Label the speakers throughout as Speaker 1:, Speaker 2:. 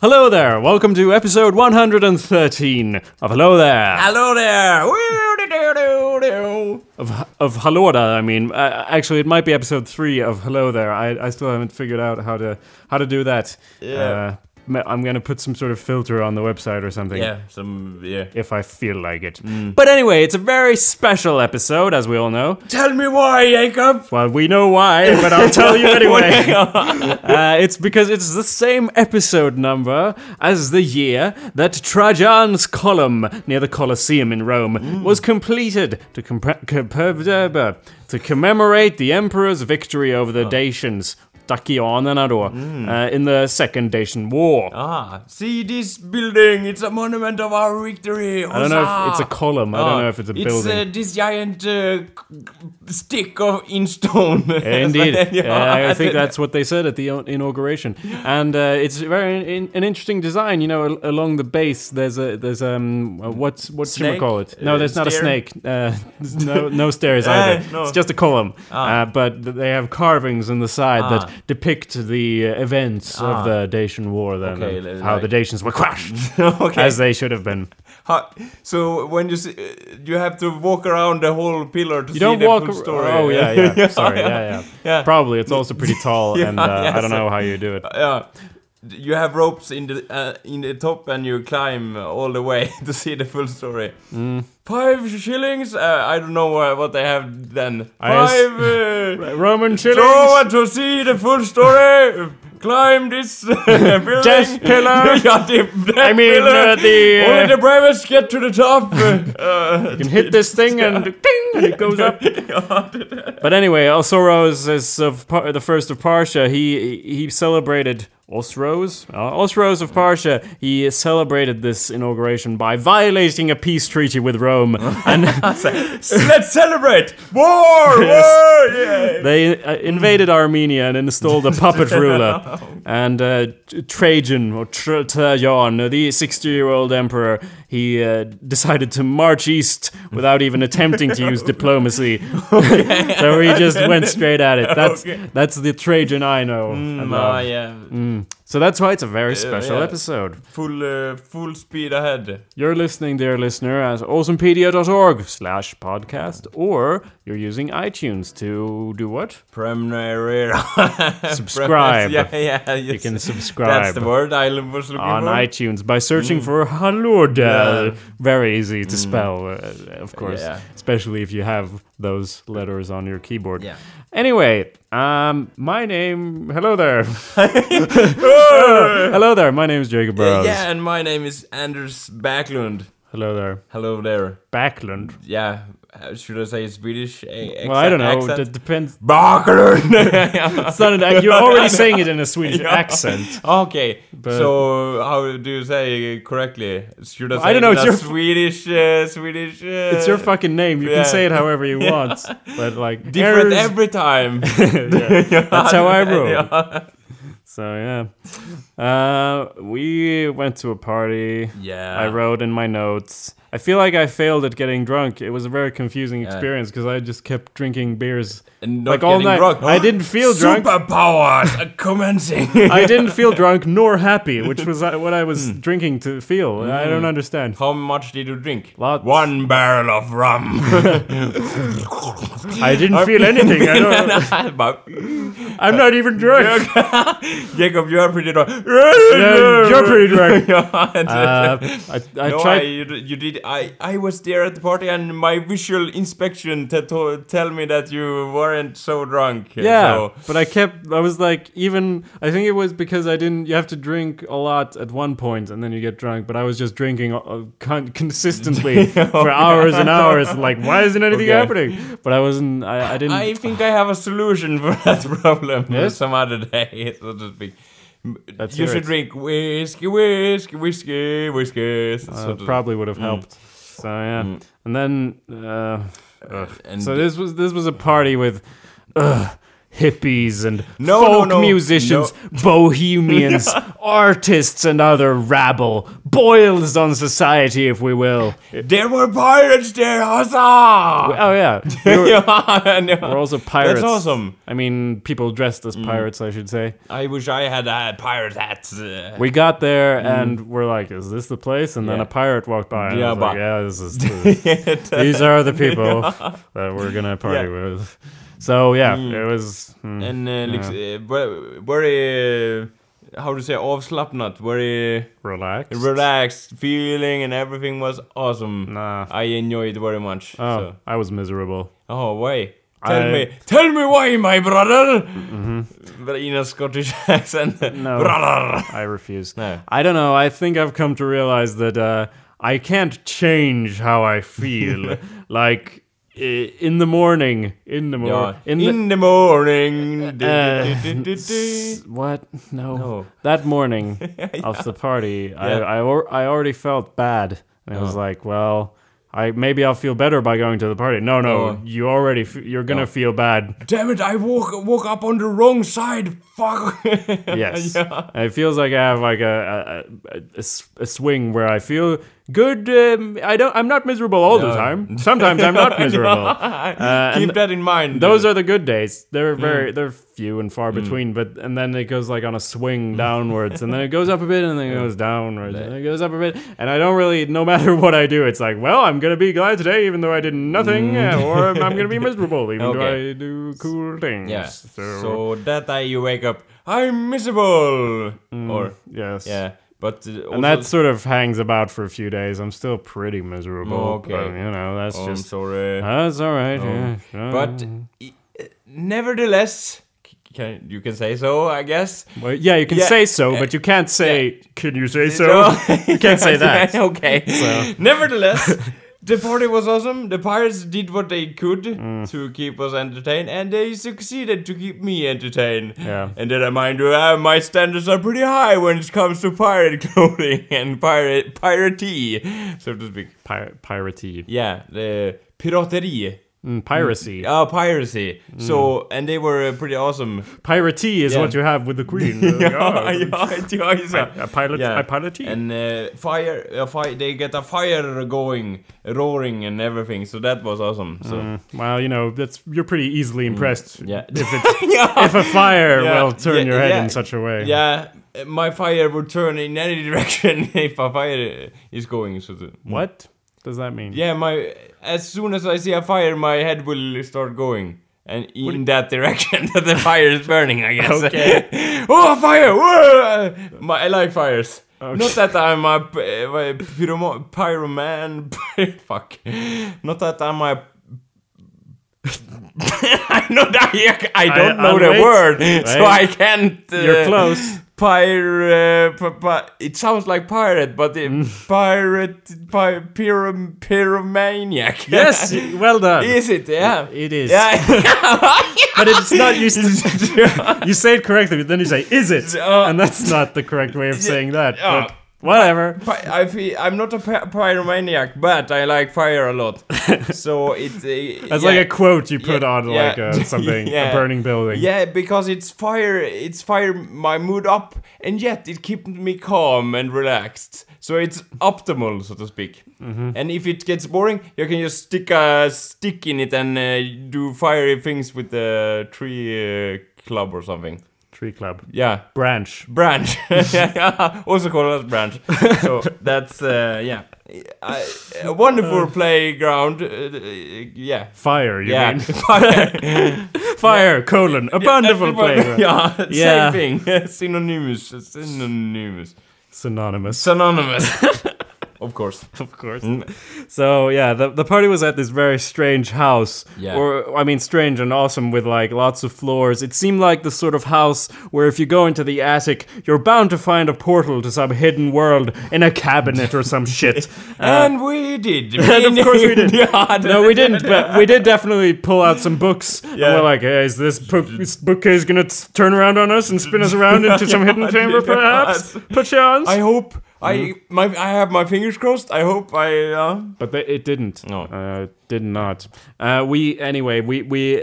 Speaker 1: Hello there. Welcome to episode 113 of Hello There.
Speaker 2: Hello there. Woo-doo-doo-doo-doo.
Speaker 1: of of Hello There. I mean, uh, actually, it might be episode three of Hello There. I, I still haven't figured out how to how to do that.
Speaker 2: Yeah.
Speaker 1: Uh, I'm gonna put some sort of filter on the website or something.
Speaker 2: Yeah, Mm. some yeah.
Speaker 1: If I feel like it. But anyway, it's a very special episode, as we all know.
Speaker 2: Tell me why, Jacob.
Speaker 1: Well, we know why, but I'll tell you anyway. uh, it's because it's the same episode number as the year that Trajan's column near the Colosseum in Rome was completed to, compre- compre- uh, to commemorate the emperor's victory over the Dacians. Dacianerna då, uh, in the Second Dacian War.
Speaker 2: Ah, see this building. It's a monument of our victory.
Speaker 1: I don't know if it's a column. I don't know if it's a
Speaker 2: It's
Speaker 1: building.
Speaker 2: uh, this giant uh, c- c- stick of in stone.
Speaker 1: Indeed,
Speaker 2: Yeah.
Speaker 1: Uh, I think that's what they said at the o- inauguration, and uh, it's very in, an interesting design. You know, al- along the base, there's a there's um uh, what's what should we
Speaker 2: Snake?
Speaker 1: call it? No,
Speaker 2: Uh,
Speaker 1: there's not
Speaker 2: stair?
Speaker 1: a snake. Uh, there's no no stairs
Speaker 2: Ah,
Speaker 1: either.
Speaker 2: no.
Speaker 1: It's just a column. Uh, but th- they have carvings on the side
Speaker 2: Ah.
Speaker 1: that depict the uh, events of
Speaker 2: Ah.
Speaker 1: the Dacian War, then
Speaker 2: Okay,
Speaker 1: and
Speaker 2: li-
Speaker 1: how
Speaker 2: like-
Speaker 1: the Dacians were crushed,
Speaker 2: okay.
Speaker 1: as they should have been.
Speaker 2: Ha- so when you see, uh, you have to walk around the whole pillar to
Speaker 1: You
Speaker 2: see
Speaker 1: don't
Speaker 2: the
Speaker 1: walk.
Speaker 2: full
Speaker 1: ar-
Speaker 2: story.
Speaker 1: Oh yeah, yeah. Sorry, yeah, yeah.
Speaker 2: Yeah.
Speaker 1: Probably it's also pretty tall, and uh, I
Speaker 2: yes.
Speaker 1: don't know how you do it.
Speaker 2: Yeah. You have ropes in the uh, in the top and you climb all the way to see the full story.
Speaker 1: Mm.
Speaker 2: Five shillings? Uh, I don't know uh, what they have then.
Speaker 1: I ass-
Speaker 2: Five. Uh,
Speaker 1: Roman
Speaker 2: so
Speaker 1: shillings.
Speaker 2: want to see the full story. climb this uh, building.
Speaker 1: Death pillar.
Speaker 2: yeah, the death
Speaker 1: I mean,
Speaker 2: pillar.
Speaker 1: uh, the, uh,
Speaker 2: only the brightest get to the top. uh,
Speaker 1: You can hit this thing and ding, and it goes up. but anyway, Osroes is of Par- the first of Parsha. He he celebrated Osroes, uh, Osroes of Parsha. He celebrated this inauguration by violating a peace treaty with Rome, and
Speaker 2: let's celebrate war! War! Yeah.
Speaker 1: they uh, invaded Armenia and installed a puppet
Speaker 2: Oh.
Speaker 1: ruler. And uh, T- Trajan or Tr- Trajan, the 60-year-old emperor, he uh, decided to march east without even attempting to use diplomacy. so he just went straight at it. That's
Speaker 2: Okay.
Speaker 1: that's the Trajan I know. and love.
Speaker 2: Ah, yeah.
Speaker 1: Mm. So that's why it's a very special
Speaker 2: yeah.
Speaker 1: episode.
Speaker 2: Full uh, full speed ahead.
Speaker 1: You're listening, dear listener, at awesomepedia.org slash podcast, or you're using iTunes to do what?
Speaker 2: Preliminary.
Speaker 1: Subscribe.
Speaker 2: yeah, yeah. Yes.
Speaker 1: You can subscribe.
Speaker 2: That's the word I was looking
Speaker 1: on
Speaker 2: for.
Speaker 1: iTunes by searching for Halurdal.
Speaker 2: Yeah. Mm.
Speaker 1: Very easy to spell, uh, of course,
Speaker 2: Yeah.
Speaker 1: especially if you have those letters on your keyboard.
Speaker 2: Yeah.
Speaker 1: Anyway, um, my name. Hello there. hello there. My name is Jacob Burrows.
Speaker 2: yeah, and my name is Anders Backlund.
Speaker 1: Hello there.
Speaker 2: Hello there.
Speaker 1: Backlund.
Speaker 2: Yeah, uh, should I say Swedish? A-
Speaker 1: Well, I don't know.
Speaker 2: accent?
Speaker 1: That depends.
Speaker 2: Backlund.
Speaker 1: It's not an, ac- you're already saying it in a Swedish accent.
Speaker 2: okay,
Speaker 1: But-
Speaker 2: so how do you say it correctly? Should I say
Speaker 1: I don't know,
Speaker 2: it in
Speaker 1: it's
Speaker 2: a
Speaker 1: your-
Speaker 2: Swedish? Uh, Swedish. Uh,
Speaker 1: It's your fucking name. You
Speaker 2: Yeah.
Speaker 1: can say it however you want. But like
Speaker 2: different
Speaker 1: Erz-
Speaker 2: every time.
Speaker 1: That's how I roll. So yeah, uh, we went to a party.
Speaker 2: yeah.
Speaker 1: I wrote in my notes. I feel like I failed at getting drunk. It was a very confusing experience because I just kept drinking beers
Speaker 2: And not
Speaker 1: like all
Speaker 2: getting
Speaker 1: night.
Speaker 2: drunk.
Speaker 1: I didn't feel drunk.
Speaker 2: Superpowers are commencing.
Speaker 1: I didn't feel drunk nor happy, which was uh, what I was drinking to feel. I don't understand.
Speaker 2: How much did you drink?
Speaker 1: Lots.
Speaker 2: One barrel of rum.
Speaker 1: I didn't feel anything. I don't,
Speaker 2: But-
Speaker 1: I'm not even drunk.
Speaker 2: Jacob, you are pretty drunk.
Speaker 1: Yeah, You're pretty drunk.
Speaker 2: Uh,
Speaker 1: Uh, I, I
Speaker 2: no, I,
Speaker 1: tried.
Speaker 2: you, d- you did. I, I was there at the party, and my visual inspection t- to- tell me that you weren't so drunk.
Speaker 1: Yeah,
Speaker 2: So,
Speaker 1: but I kept. I was like, even. I think it was because I didn't. You have to drink a lot at one point, and then you get drunk. But I was just drinking uh, con- consistently for hours and hours. Like, why isn't anything
Speaker 2: Oh, Okay.
Speaker 1: happening? But I wasn't. I, I didn't.
Speaker 2: I think I have a solution for that problem
Speaker 1: Yes?
Speaker 2: some other day, so to speak. M-
Speaker 1: Let's
Speaker 2: you
Speaker 1: hear
Speaker 2: should
Speaker 1: it.
Speaker 2: drink whiskey, whiskey, whiskey, whiskey. so
Speaker 1: uh,
Speaker 2: to speak.
Speaker 1: probably would have helped. So yeah,
Speaker 2: Mm.
Speaker 1: and then. Uh,
Speaker 2: and
Speaker 1: so this was this was a party with. Ugh, Hippies and
Speaker 2: No, no,
Speaker 1: folk
Speaker 2: no,
Speaker 1: musicians, bohemians, artists, and other rabble. boils on society, if we will.
Speaker 2: There were pirates there, huzzah!
Speaker 1: Oh yeah,
Speaker 2: yeah,
Speaker 1: we're also pirates.
Speaker 2: awesome. Mm.
Speaker 1: I mean, people dressed as pirates, I should say.
Speaker 2: I wish I had a pirate hat. uh,
Speaker 1: We got there and we're like, "Is this the place?" And then
Speaker 2: Mm.
Speaker 1: a
Speaker 2: Yeah.
Speaker 1: pirate walked by. And
Speaker 2: Yeah,
Speaker 1: I was like,
Speaker 2: but-
Speaker 1: yeah, this is. these are the people that we're gonna party with. So yeah, it was. mm.
Speaker 2: and uh, liksom, eh, ve- very, uh, how to say, avslappnat, very
Speaker 1: relaxed.
Speaker 2: uh, relaxed feeling, and everything was awesome.
Speaker 1: Nah.
Speaker 2: I enjoyed very much.
Speaker 1: Oh,
Speaker 2: so.
Speaker 1: I was miserable.
Speaker 2: oh why? Tell
Speaker 1: I- Mm-hmm.
Speaker 2: me, tell me why, my brother. But in a Scottish accent,
Speaker 1: No.
Speaker 2: brother.
Speaker 1: I refuse.
Speaker 2: No.
Speaker 1: I don't know. I think I've come to realize that uh, I can't change how I feel. like i- in the morning, in the
Speaker 2: Yeah.
Speaker 1: morning,
Speaker 2: In, the morning. du-
Speaker 1: Uh,
Speaker 2: du- du- du- du-
Speaker 1: S- What? No.
Speaker 2: No.
Speaker 1: That morning of the party, I,
Speaker 2: Yeah. Uh-huh.
Speaker 1: I, al- I already felt bad. And I was like, well, I maybe I'll feel better by going to the party. No, no,
Speaker 2: No.
Speaker 1: you already, f- you're going to feel bad.
Speaker 2: Damn it, I woke, woke up on the wrong side. Fuck.
Speaker 1: Yes. And It feels like I have like a, a, a- a s- a swing where I feel good. Um, I don't, I'm not miserable all the
Speaker 2: No.
Speaker 1: time. Sometimes I'm not miserable. Uh, and
Speaker 2: Keep that in mind.
Speaker 1: Those are the good days. They're very they're few and
Speaker 2: Mm.
Speaker 1: far between. But and then it goes like on a swing downwards, and then it goes up a bit, and then it goes downwards, and then it goes up a bit. And I don't really, no matter what I do, it's like, well, I'm gonna be glad today, even though I did nothing, or I'm gonna be miserable, even
Speaker 2: Mm.
Speaker 1: though I
Speaker 2: Okay.
Speaker 1: do cool things.
Speaker 2: Yeah.
Speaker 1: So,
Speaker 2: So that day you wake up, I'm miserable. Or
Speaker 1: yes.
Speaker 2: yeah, but uh, also,
Speaker 1: Mm. And that sort of hangs about for a few days. I'm still pretty miserable.
Speaker 2: Okay.
Speaker 1: But, you know, that's
Speaker 2: Oh, I'm
Speaker 1: just. Um,
Speaker 2: sorry.
Speaker 1: That's all right. yeah, sure.
Speaker 2: But i- uh, nevertheless, c- can you can say so, I guess.
Speaker 1: Well, yeah, you can
Speaker 2: Yeah.
Speaker 1: say so, but you can't say. Can you say so?
Speaker 2: No.
Speaker 1: you can't say that.
Speaker 2: okay. Nevertheless, the party was awesome. The pirates did what they could
Speaker 1: Mm.
Speaker 2: to keep us entertained, and they succeeded to keep me entertained.
Speaker 1: Yeah.
Speaker 2: And then I mind you, uh, my standards are pretty high when it comes to pirate clothing and pirate piratey, so to speak.
Speaker 1: Pir- piratey.
Speaker 2: Yeah, the piraterie.
Speaker 1: Mm, piracy.
Speaker 2: Uh, piracy. So,
Speaker 1: Mm.
Speaker 2: and they were uh, pretty awesome.
Speaker 1: Piratey is
Speaker 2: Yeah.
Speaker 1: what you have with the queen.
Speaker 2: yeah, yeah, yeah, yeah.
Speaker 1: I- I pilot- I piloted.
Speaker 2: And uh, fire, uh, fire, they get a fire going, roaring and everything. So that was awesome. So
Speaker 1: Well, you know, that's you're pretty easily impressed.
Speaker 2: Mm, yeah,
Speaker 1: Mm. If, it's,
Speaker 2: yeah,
Speaker 1: if a fire
Speaker 2: Yeah,
Speaker 1: will turn
Speaker 2: yeah,
Speaker 1: your head
Speaker 2: yeah,
Speaker 1: in such a way.
Speaker 2: yeah. uh, My fire would turn in any direction if a fire uh, is going. So the,
Speaker 1: What does that mean?
Speaker 2: yeah, my as soon as I see a fire, my head will start going. And in that direction that the fire is burning, I guess.
Speaker 1: Okay.
Speaker 2: oh, a fire! Whoa! My, I like fires.
Speaker 1: Okay.
Speaker 2: Not that I'm a p- uh, pyromo- pyroman. Fuck. Not that I'm a. I know that I, I don't
Speaker 1: I-
Speaker 2: know
Speaker 1: I'll
Speaker 2: the
Speaker 1: wait.
Speaker 2: word, so
Speaker 1: Wait.
Speaker 2: I can't. Uh,
Speaker 1: You're close.
Speaker 2: Pyre. Uh, p- p- it sounds like pirate, but it,
Speaker 1: Mm.
Speaker 2: pirate. Py- pyrom- pyromaniac.
Speaker 1: Yes. Well done.
Speaker 2: Is it? Yeah.
Speaker 1: It is.
Speaker 2: Yeah.
Speaker 1: But it's not. You, s- you say it correctly, but then you say, "Is it?"
Speaker 2: Uh,
Speaker 1: and that's not the correct way of saying that.
Speaker 2: uh,
Speaker 1: but whatever.
Speaker 2: Pi- I feel, I'm not a py- pyromaniac, but I like fire a lot. So it's. Uh,
Speaker 1: That's
Speaker 2: yeah.
Speaker 1: like a quote you put
Speaker 2: Yeah,
Speaker 1: on
Speaker 2: yeah.
Speaker 1: like uh, something,
Speaker 2: Yeah.
Speaker 1: a burning building.
Speaker 2: Yeah, because it's fire. It's fire my mood up, and yet it keeps me calm and relaxed. So it's optimal, so to speak.
Speaker 1: Mm-hmm.
Speaker 2: And if it gets boring, you can just stick a stick in it and uh, do fiery things with the tree uh, club or something.
Speaker 1: Tree club.
Speaker 2: Yeah,
Speaker 1: Branch.
Speaker 2: branch. also called as branch. So that's uh, yeah, I, a wonderful playground. Uh, yeah.
Speaker 1: Fire, you
Speaker 2: Yeah,
Speaker 1: mean?
Speaker 2: fire.
Speaker 1: Fire, colon, a wonderful playground.
Speaker 2: Yeah,
Speaker 1: Yeah.
Speaker 2: same thing. Synonymous. Synonymous.
Speaker 1: Synonymous,
Speaker 2: Synonymous. of course.
Speaker 1: of course. So, yeah, the, the party was at this very strange house.
Speaker 2: Yeah.
Speaker 1: Or, I mean, strange and awesome with, like, lots of floors. It seemed like the sort of house where if you go into the attic, you're bound to find a portal to some hidden world in a cabinet or some shit.
Speaker 2: and we did.
Speaker 1: And of course we did.
Speaker 2: Yeah,
Speaker 1: No, we didn't, but we did definitely pull out some books. And
Speaker 2: Yeah.
Speaker 1: we're like, hey, is this, book, this bookcase going to turn around on us and spin us around into some hidden chamber, perhaps? Perchance?
Speaker 2: I hope. I my I have my fingers crossed. I hope I. Uh,
Speaker 1: But they, it didn't.
Speaker 2: No.
Speaker 1: uh, did not. Uh, we anyway. We we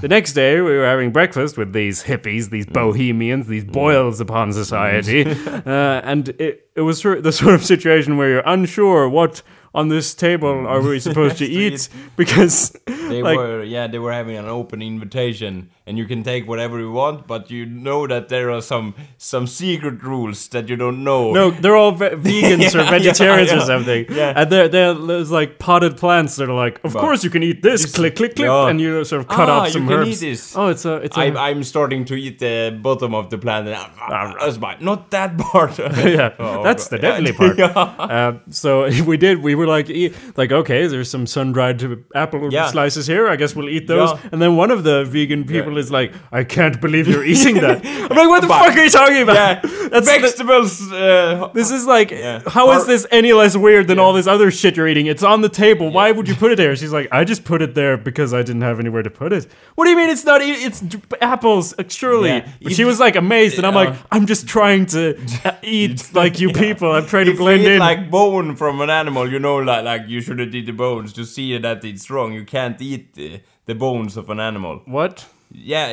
Speaker 1: the next day we were having breakfast with these hippies,
Speaker 2: Mm.
Speaker 1: these bohemians, these boils upon society, uh, and it it was sort of the sort of situation where you're unsure what on this table
Speaker 2: Mm.
Speaker 1: are we supposed to eat because
Speaker 2: They
Speaker 1: like
Speaker 2: were, yeah, they were having an open invitation, and you can take whatever you want, but you know that there are some some secret rules that you don't know.
Speaker 1: No, they're all ve- vegans or
Speaker 2: Yeah,
Speaker 1: vegetarians or
Speaker 2: yeah,
Speaker 1: something.
Speaker 2: yeah.
Speaker 1: And they're, they're, there's like potted plants that are like, of course you can eat this, click, click, click,
Speaker 2: Yeah.
Speaker 1: and you sort of cut
Speaker 2: Ah,
Speaker 1: off
Speaker 2: you
Speaker 1: some
Speaker 2: can eat
Speaker 1: herbs.
Speaker 2: this.
Speaker 1: Oh, it's a, it's a,
Speaker 2: I'm, I'm starting to eat the bottom of the plant. and ah, ah, That's fine. Not that part. Oh, yeah,
Speaker 1: that's the deadly part. Uh, so we did. We were like, e- like okay, there's some sun-dried apple
Speaker 2: Yeah.
Speaker 1: slices here. I guess we'll eat those.
Speaker 2: Yeah.
Speaker 1: And then one of the vegan people is like, I can't believe you're eating that. I'm like, what the
Speaker 2: But-
Speaker 1: fuck are you talking about?
Speaker 2: Yeah,
Speaker 1: That's the-
Speaker 2: vegetables. uh,
Speaker 1: This is like,
Speaker 2: Yeah.
Speaker 1: how is
Speaker 2: Or-
Speaker 1: this any less weird than all this other shit you're eating? It's on the table. Why would you put it there? She's like, I just put it there because I didn't have anywhere to put it. What do you mean it's not? e- It's d- apples, uh, surely.
Speaker 2: Yeah.
Speaker 1: But
Speaker 2: If
Speaker 1: she was like amazed, and I'm
Speaker 2: Yeah.
Speaker 1: like, I'm just trying to uh, eat like you people. I'm trying to
Speaker 2: if you
Speaker 1: blend
Speaker 2: eat
Speaker 1: in.
Speaker 2: like bone from an animal, you know, like like you shouldn't eat the bones to see that it's wrong. You can't eat the, the bones of an animal.
Speaker 1: what? Of
Speaker 2: Yeah,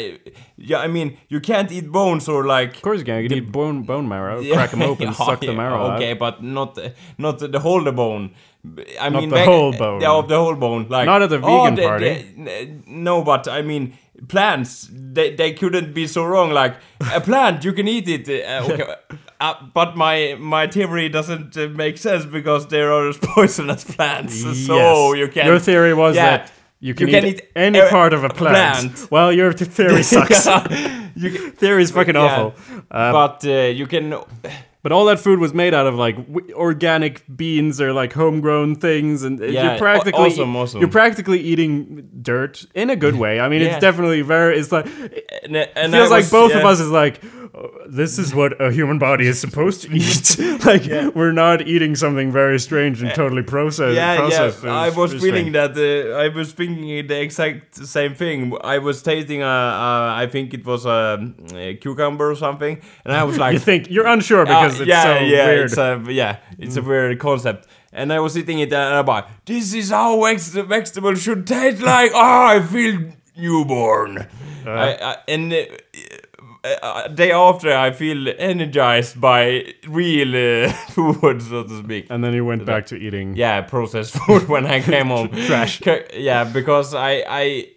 Speaker 2: yeah. I mean, you can't eat bones or like
Speaker 1: course you can. You can eat bone bone marrow, crack them open,
Speaker 2: Yeah,
Speaker 1: suck the
Speaker 2: yeah,
Speaker 1: marrow
Speaker 2: Okay,
Speaker 1: out.
Speaker 2: but not the- not the whole the bone. I mean
Speaker 1: the
Speaker 2: veg-
Speaker 1: whole bone.
Speaker 2: Yeah, of the whole bone. Like
Speaker 1: Not at the
Speaker 2: oh,
Speaker 1: vegan
Speaker 2: the- the-
Speaker 1: party.
Speaker 2: n- no, but I mean plants. They they couldn't be so wrong. Like a plant, you can eat it. Uh, okay, uh, but my my theory doesn't uh, make sense because there are poisonous plants. So
Speaker 1: Yes.
Speaker 2: you can.
Speaker 1: Your theory was
Speaker 2: Yeah.
Speaker 1: that. You can, eat, any
Speaker 2: a-
Speaker 1: part of a plant.
Speaker 2: plant.
Speaker 1: Well, your th- theory sucks.
Speaker 2: you can,
Speaker 1: theory is fucking
Speaker 2: Yeah.
Speaker 1: awful. Uh,
Speaker 2: but uh, you can
Speaker 1: But all that food was made out of like w- organic beans or like homegrown things, and uh,
Speaker 2: Yeah,
Speaker 1: you're practically e-,
Speaker 2: aw- awesome, awesome.
Speaker 1: you're practically eating dirt in a good way. I mean,
Speaker 2: Yeah.
Speaker 1: it's definitely very. It's like it
Speaker 2: and, and I
Speaker 1: feels like
Speaker 2: was-
Speaker 1: both
Speaker 2: yeah.
Speaker 1: of us is like "Oh, this is what a human body is supposed to eat. like we're not eating something very strange and totally processed.
Speaker 2: Eh, yeah, yeah.
Speaker 1: processed. It
Speaker 2: I was
Speaker 1: pretty
Speaker 2: feeling
Speaker 1: strange.
Speaker 2: that. Uh, I was thinking the exact same thing. I was tasting. Uh, uh, I think it was um, a cucumber or something, and I was like,
Speaker 1: You think you're unsure
Speaker 2: "Ah,
Speaker 1: because it's
Speaker 2: yeah,
Speaker 1: so
Speaker 2: yeah,
Speaker 1: weird. Mm.
Speaker 2: it's uh, a yeah, it's a weird concept." And I was eating it, and I'm like, "This is how ex- vegetable should taste like." oh, I feel newborn.
Speaker 1: Uh-huh.
Speaker 2: I, I, and. Uh, uh, day after, I feel energized by real uh, food, so to speak.
Speaker 1: and then you went back to eating.
Speaker 2: Yeah, processed food when I came home.
Speaker 1: Trash.
Speaker 2: Co- Yeah, because I, I,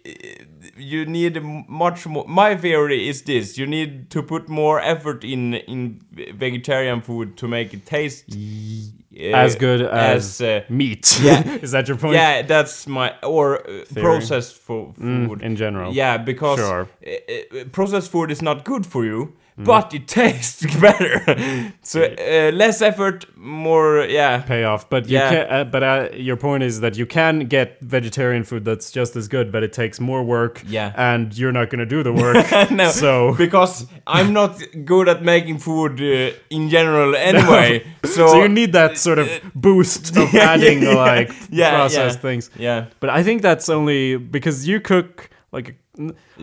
Speaker 2: you need m- much more. My theory is this: you need to put more effort in in vegetarian food to make it taste uh,
Speaker 1: As good as,
Speaker 2: uh,
Speaker 1: meat.
Speaker 2: yeah.
Speaker 1: is that your point?
Speaker 2: yeah, that's my or uh, processed fo- food
Speaker 1: Mm, in general.
Speaker 2: Yeah, because
Speaker 1: Sure. Mm.
Speaker 2: uh, uh, processed food is not good for you, but it tastes better. so uh, less effort, more yeah.
Speaker 1: payoff. But you
Speaker 2: Yeah.
Speaker 1: can, uh, but uh, your point is that you can get vegetarian food that's just as good, but it takes more work.
Speaker 2: Yeah.
Speaker 1: and you're not going to do the work.
Speaker 2: No,
Speaker 1: So-
Speaker 2: because I'm not good at making food uh, in general anyway. So,
Speaker 1: so you need that sort of boost of
Speaker 2: Uh, Yeah,
Speaker 1: adding
Speaker 2: yeah,
Speaker 1: like
Speaker 2: yeah,
Speaker 1: processed
Speaker 2: yeah.
Speaker 1: things.
Speaker 2: Yeah.
Speaker 1: but I think that's only because you cook like. a-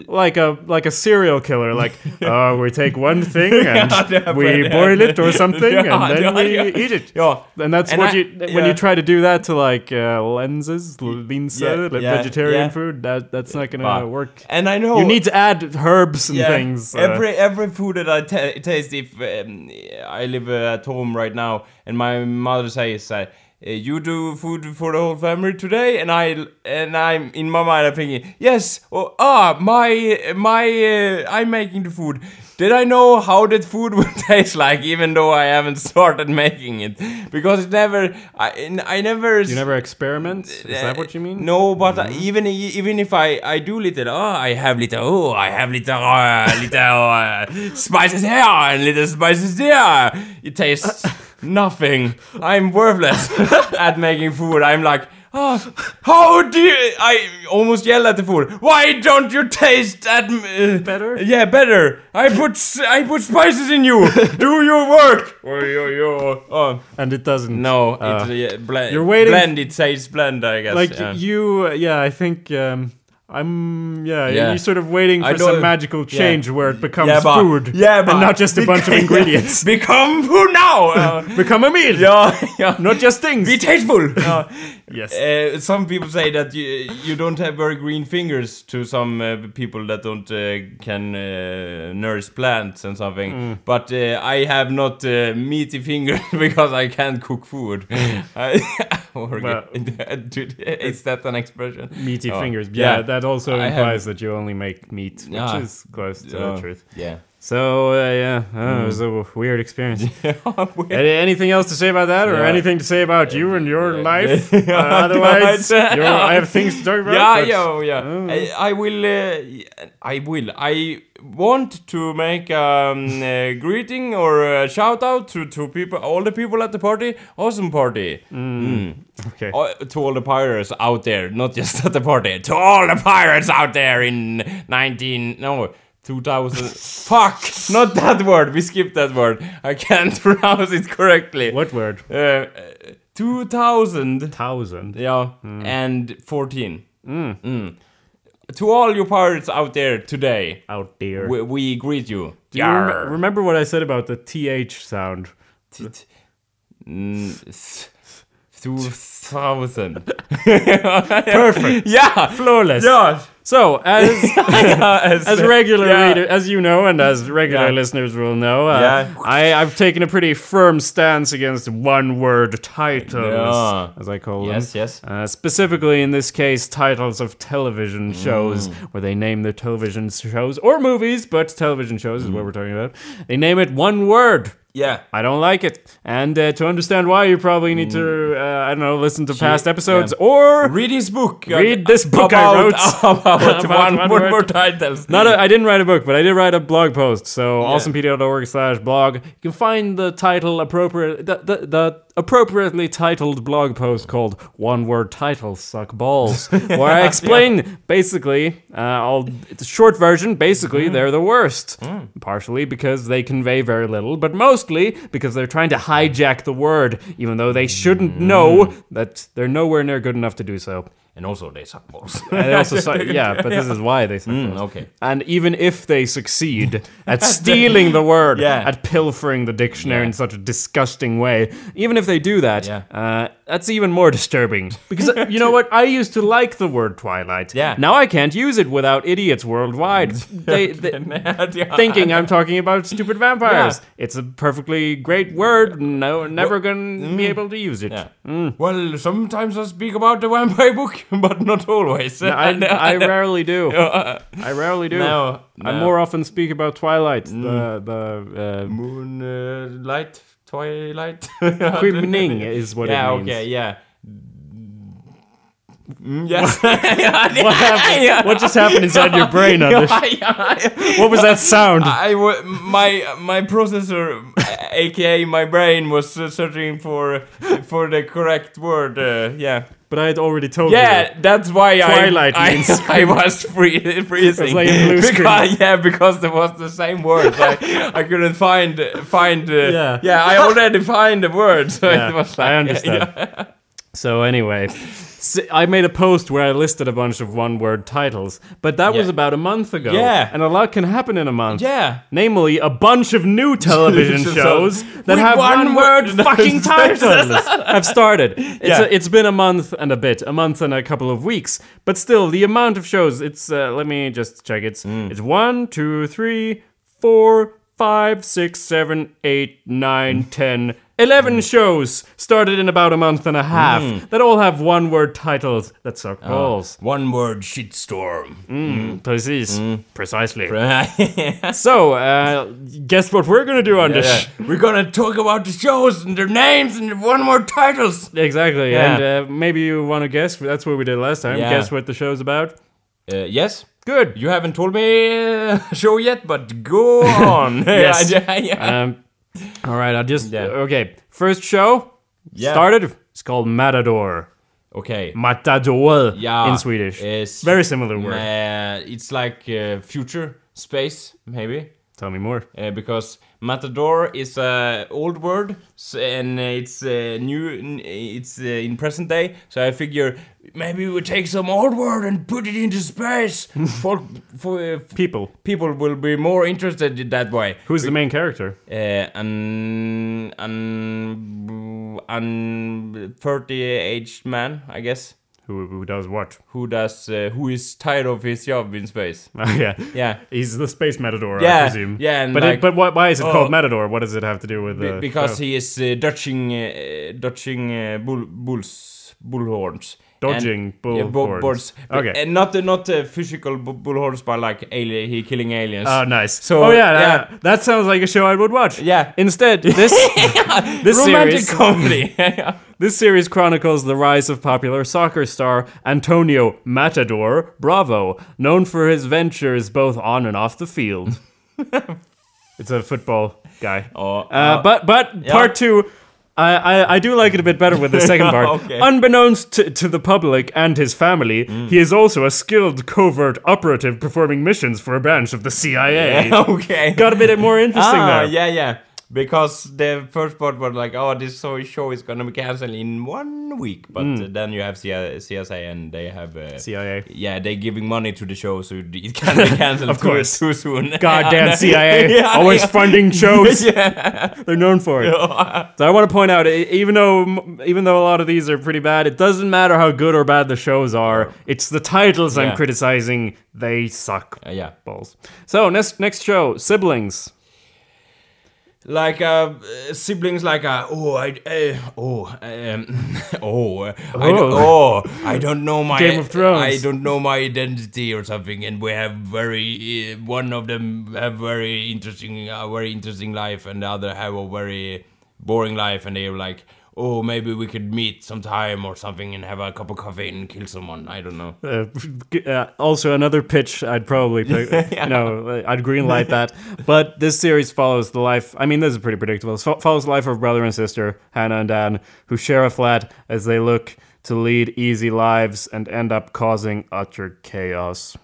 Speaker 1: Like a like a serial killer, like uh, we take one thing and
Speaker 2: yeah,
Speaker 1: we
Speaker 2: but-
Speaker 1: boil it or something,
Speaker 2: Yeah,
Speaker 1: and then
Speaker 2: yeah,
Speaker 1: we
Speaker 2: yeah.
Speaker 1: eat it.
Speaker 2: Yeah.
Speaker 1: and that's
Speaker 2: And
Speaker 1: what
Speaker 2: I-
Speaker 1: you when you
Speaker 2: yeah.
Speaker 1: try to do that to like uh, lenses, linsa, like
Speaker 2: yeah,
Speaker 1: vegetarian
Speaker 2: yeah.
Speaker 1: food. That that's not gonna
Speaker 2: But-
Speaker 1: work.
Speaker 2: And I know
Speaker 1: you need to add herbs and
Speaker 2: yeah,
Speaker 1: things. uh,
Speaker 2: Every every food that I ta taste, if um, I live uh, at home right now, and my mother says. Uh, "Uh, you do food for the whole family today, and I and I'm in my mind. I'm thinking, yes, oh, ah, my my, uh, I'm making the food. Did I know how that food would taste like, even though I haven't started making it? Because it never, I, I never.
Speaker 1: you never experiment. Is that what you mean? Mm-hmm.
Speaker 2: No, but uh, even even if I, I do little, oh, I have little, oh, I have little, uh, little uh, spices here and little spices there. It tastes nothing. I'm worthless at making food. I'm like, oh, how do you? I almost yell at the food. Why don't you taste at m- uh,
Speaker 1: Better?
Speaker 2: Yeah, better. I put s- I put spices in you. do your work. Oh, yo, yo. Oh,
Speaker 1: and it doesn't.
Speaker 2: no,
Speaker 1: Uh,
Speaker 2: it's uh, yeah, blend.
Speaker 1: you're waiting-
Speaker 2: Blend. It says blend. I guess.
Speaker 1: like
Speaker 2: yeah.
Speaker 1: you. Yeah, I think. Um, I'm yeah,
Speaker 2: Yeah.
Speaker 1: You're sort of waiting
Speaker 2: I
Speaker 1: for some
Speaker 2: don't-
Speaker 1: magical
Speaker 2: yeah.
Speaker 1: change where it becomes
Speaker 2: Yeah, but-
Speaker 1: food,
Speaker 2: yeah, but-
Speaker 1: and not just a bunch of
Speaker 2: Yeah.
Speaker 1: ingredients.
Speaker 2: Become who now? Uh,
Speaker 1: Become a meal,
Speaker 2: yeah, yeah.
Speaker 1: not just things.
Speaker 2: Be tasteful. Uh,
Speaker 1: yes.
Speaker 2: uh, some people say that you, you don't have very green fingers to some uh, people that don't uh, can uh, nourish plants and something.
Speaker 1: Mm.
Speaker 2: But uh, I have not uh, meaty fingers because I can't cook food. I- or-
Speaker 1: Well-
Speaker 2: Is that an expression?
Speaker 1: Meaty
Speaker 2: Oh,
Speaker 1: fingers. Yeah, that also
Speaker 2: I have- Ah.
Speaker 1: implies that you only make meat, which
Speaker 2: Yeah.
Speaker 1: is close to
Speaker 2: Yeah.
Speaker 1: the truth.
Speaker 2: Oh, Yeah.
Speaker 1: So uh, yeah, oh,
Speaker 2: Hmm.
Speaker 1: it was a w- weird experience.
Speaker 2: Weird.
Speaker 1: Any, anything else to say about that, or
Speaker 2: Yeah.
Speaker 1: anything to say about you and your
Speaker 2: Yeah.
Speaker 1: life?
Speaker 2: Yeah,
Speaker 1: Uh, otherwise,
Speaker 2: God.
Speaker 1: you're, I have things to talk about.
Speaker 2: yeah,
Speaker 1: but-
Speaker 2: yeah, yeah. I, I will. Uh, I will. I want to make um, a greeting or a shout out to to people, all the people at the party, awesome party,
Speaker 1: Okay.
Speaker 2: Uh, to all the pirates out there, not just at the party, to all the pirates out there in nineteen no. 2000 fuck not that word we skipped that word i can't pronounce it correctly
Speaker 1: What word?
Speaker 2: uh, uh, 2000
Speaker 1: Thousand.
Speaker 2: yeah,
Speaker 1: Mm.
Speaker 2: and 14. Mm. To all you pirates out there today,
Speaker 1: Out there.
Speaker 2: we, we greet you.
Speaker 1: Do you rem- remember what I said about the th sound?
Speaker 2: Tit- Mm, s- 2000.
Speaker 1: Perfect.
Speaker 2: yeah,
Speaker 1: Flawless.
Speaker 2: yeah.
Speaker 1: So as as regular
Speaker 2: Yeah.
Speaker 1: reader, as you know, and as regular
Speaker 2: Yeah.
Speaker 1: listeners will know, uh,
Speaker 2: Yeah.
Speaker 1: I, I've taken a pretty firm stance against one-word titles,
Speaker 2: Yeah.
Speaker 1: as I call
Speaker 2: Yes,
Speaker 1: them.
Speaker 2: yes.
Speaker 1: Uh, specifically, in this case, titles of television shows, where they name their television shows or movies, but television shows is what we're talking about. They name it one word.
Speaker 2: Yeah.
Speaker 1: I don't like it, and uh, to understand why, you probably need to, uh, I don't know, listen to past episodes or
Speaker 2: Read this book.
Speaker 1: Read this book I
Speaker 2: about,
Speaker 1: wrote.
Speaker 2: About,
Speaker 1: About one
Speaker 2: one, one
Speaker 1: word.
Speaker 2: more titles.
Speaker 1: Not a, I didn't write a book, but I did write a blog post. So
Speaker 2: Yeah.
Speaker 1: awesomepedia.org slash blog. You can find the title appropriate, the, the, the appropriately titled blog post called One Word Titles Suck Balls, where I explain basically, uh, I'll, it's a short version,
Speaker 2: Mm-hmm.
Speaker 1: basically, they're the worst.
Speaker 2: Mm.
Speaker 1: Partially because they convey very little, but mostly because they're trying to hijack the word, even though they
Speaker 2: Mm.
Speaker 1: shouldn't know that they're nowhere near good enough to do so.
Speaker 2: and also they suck balls.
Speaker 1: And they also suck, yeah, but this is why they suck. balls.
Speaker 2: Mm, okay.
Speaker 1: And even if they succeed at stealing the word,
Speaker 2: Yeah.
Speaker 1: at pilfering the dictionary in such a disgusting way, even if they do that,
Speaker 2: Yeah.
Speaker 1: uh, that's even more disturbing. Because uh, you know what? I used to like the word twilight.
Speaker 2: Yeah.
Speaker 1: Now I can't use it without idiots worldwide. They, they,
Speaker 2: Yeah.
Speaker 1: thinking I'm talking about stupid vampires. It's a perfectly great word. No, never gonna be able to use it.
Speaker 2: mm. Yeah.
Speaker 1: Mm.
Speaker 2: Well, sometimes I speak about the vampire book, but not always.
Speaker 1: I, I rarely do.
Speaker 2: Uh,
Speaker 1: I rarely do.
Speaker 2: No,
Speaker 1: I
Speaker 2: no. Mm.
Speaker 1: more often speak about Twilight, the the
Speaker 2: moon uh, light, twilight.
Speaker 1: uh, Quimning is what
Speaker 2: yeah,
Speaker 1: it means.
Speaker 2: okay, yeah. Mm, yes.
Speaker 1: What happened? What just happened inside your brain? Anders? What was that sound?
Speaker 2: I wa- my my processor, aka my brain, was uh, searching for for the correct word. Uh, yeah,
Speaker 1: But I had already told you.
Speaker 2: yeah, that's why
Speaker 1: Twilight
Speaker 2: I
Speaker 1: means
Speaker 2: I, I was free, freezing.
Speaker 1: It's like a blue screen.
Speaker 2: because, yeah, because there was the same word. I, I couldn't find find. Uh,
Speaker 1: Yeah.
Speaker 2: yeah, I already find the word, so
Speaker 1: Yeah,
Speaker 2: it was like
Speaker 1: I understand. So anyway, s- I made a post where I listed a bunch of one-word titles, but that was
Speaker 2: Yeah.
Speaker 1: about a month ago.
Speaker 2: Yeah.
Speaker 1: and a lot can happen in a month.
Speaker 2: Yeah.
Speaker 1: namely a bunch of new television
Speaker 2: So-
Speaker 1: shows that
Speaker 2: With
Speaker 1: have
Speaker 2: one
Speaker 1: one-word
Speaker 2: word-
Speaker 1: fucking titles have started. It's,
Speaker 2: Yeah.
Speaker 1: a, it's been a month and a bit, a month and a couple of weeks, but still the amount of shows. It's uh, let me just check. It's
Speaker 2: Hmm.
Speaker 1: it's one, two, three, four, five, six, seven, eight, nine,
Speaker 2: Hmm.
Speaker 1: ten. 11 shows started in about a month and a half
Speaker 2: Hmm.
Speaker 1: that all have one word titles that suck
Speaker 2: Ah.
Speaker 1: balls.
Speaker 2: One word shitstorm.
Speaker 1: Mm.
Speaker 2: Hmm.
Speaker 1: Precis. Precisely. So, uh, guess what we're gonna do on this?
Speaker 2: Yeah. We're gonna talk about the shows and their names and the one more titles.
Speaker 1: Exactly,
Speaker 2: Yeah.
Speaker 1: and uh, maybe you want to guess. That's what we did last time.
Speaker 2: Yeah.
Speaker 1: Guess what the show's about?
Speaker 2: Uh, yes.
Speaker 1: Good.
Speaker 2: You haven't told me uh, show yet, but go on.
Speaker 1: Yes.
Speaker 2: yeah, yeah.
Speaker 1: Um, all right, I'll just uh,
Speaker 2: Yeah.
Speaker 1: okay. First show
Speaker 2: Yeah.
Speaker 1: started. It's called Matador.
Speaker 2: Okay.
Speaker 1: Matador
Speaker 2: Yeah.
Speaker 1: in Swedish.
Speaker 2: Yes.
Speaker 1: Very similar word.
Speaker 2: Uh, it's like uh, future space, maybe.
Speaker 1: Tell me more.
Speaker 2: uh, because matador is a old word s- and it's uh, new n- it's uh, in present day so i figure maybe we take some old word and put it into space for for uh, f-
Speaker 1: People.
Speaker 2: people will be more interested in that way
Speaker 1: Who's the main character?
Speaker 2: uh, an an an 30 aged man i guess
Speaker 1: Who, who does what?
Speaker 2: who does uh, who is tired of his job in space
Speaker 1: yeah.
Speaker 2: yeah
Speaker 1: He's the space matador, I
Speaker 2: Yeah,
Speaker 1: presume.
Speaker 2: yeah, and
Speaker 1: but
Speaker 2: like-
Speaker 1: it, but why, why is it
Speaker 2: Oh.
Speaker 1: called matador? What does it have to do with?
Speaker 2: Be-
Speaker 1: Uh,
Speaker 2: Eh, because he is uh, dodging uh, dodging uh, bull bulls bullhorns
Speaker 1: Dodging bull horns.
Speaker 2: okay
Speaker 1: Okay.
Speaker 2: and not not uh, physical bu- bullhorns but like alien he killing aliens
Speaker 1: Oh, nice.
Speaker 2: So,
Speaker 1: oh yeah,
Speaker 2: yeah.
Speaker 1: that- that sounds like a show I would watch.
Speaker 2: Yeah.
Speaker 1: Instead, this this
Speaker 2: romantic
Speaker 1: series
Speaker 2: comedy
Speaker 1: this series chronicles the rise of popular soccer star Antonio Matador Bravo, known for his ventures both on and off the field. it's a football guy.
Speaker 2: Oh,
Speaker 1: Uh, but but part two, I, I I do like it a bit better with the second part.
Speaker 2: Okay. Mm.
Speaker 1: Unbeknownst to, to the public and his family, he is also a skilled covert operative performing missions for a branch of the CIA.
Speaker 2: okay
Speaker 1: Uh, Got a bit more interesting
Speaker 2: ah,
Speaker 1: there.
Speaker 2: yeah yeah because the first part was like oh this so- show is gonna be cancelled in one week but
Speaker 1: Hmm.
Speaker 2: uh, then you have CSI and they have uh,
Speaker 1: CIA.
Speaker 2: yeah, they're giving money to the show, so it can be cancelled
Speaker 1: Of
Speaker 2: too,
Speaker 1: course.
Speaker 2: too soon.
Speaker 1: Goddamn CIA,
Speaker 2: Yeah, Uh,
Speaker 1: always
Speaker 2: yeah.
Speaker 1: funding shows. They're known for it. So I want to point out, e- even though even though a lot of these are pretty bad, it doesn't matter how good or bad the shows are. It's the titles
Speaker 2: Oh. Yeah.
Speaker 1: I'm criticizing. They suck
Speaker 2: Uh, yeah.
Speaker 1: balls. So next next show, siblings.
Speaker 2: like uh, uh, siblings like uh, oh I uh, oh um, oh, uh, I don't, oh I don't know my
Speaker 1: Game of Thrones.
Speaker 2: I don't know my identity or something and we have very uh, one of them have very interesting uh, very interesting life and the other have a very boring life and they're like oh maybe we could meet sometime or something and have a cup of coffee and kill someone I don't know
Speaker 1: Uh, g- uh, also, another pitch I'd probably pick. No, I'd greenlight that. But this series follows the life. I mean, this is pretty predictable. It fo- follows the life of brother and sister Hannah and Dan, who share a flat as they look to lead easy lives and end up causing utter chaos.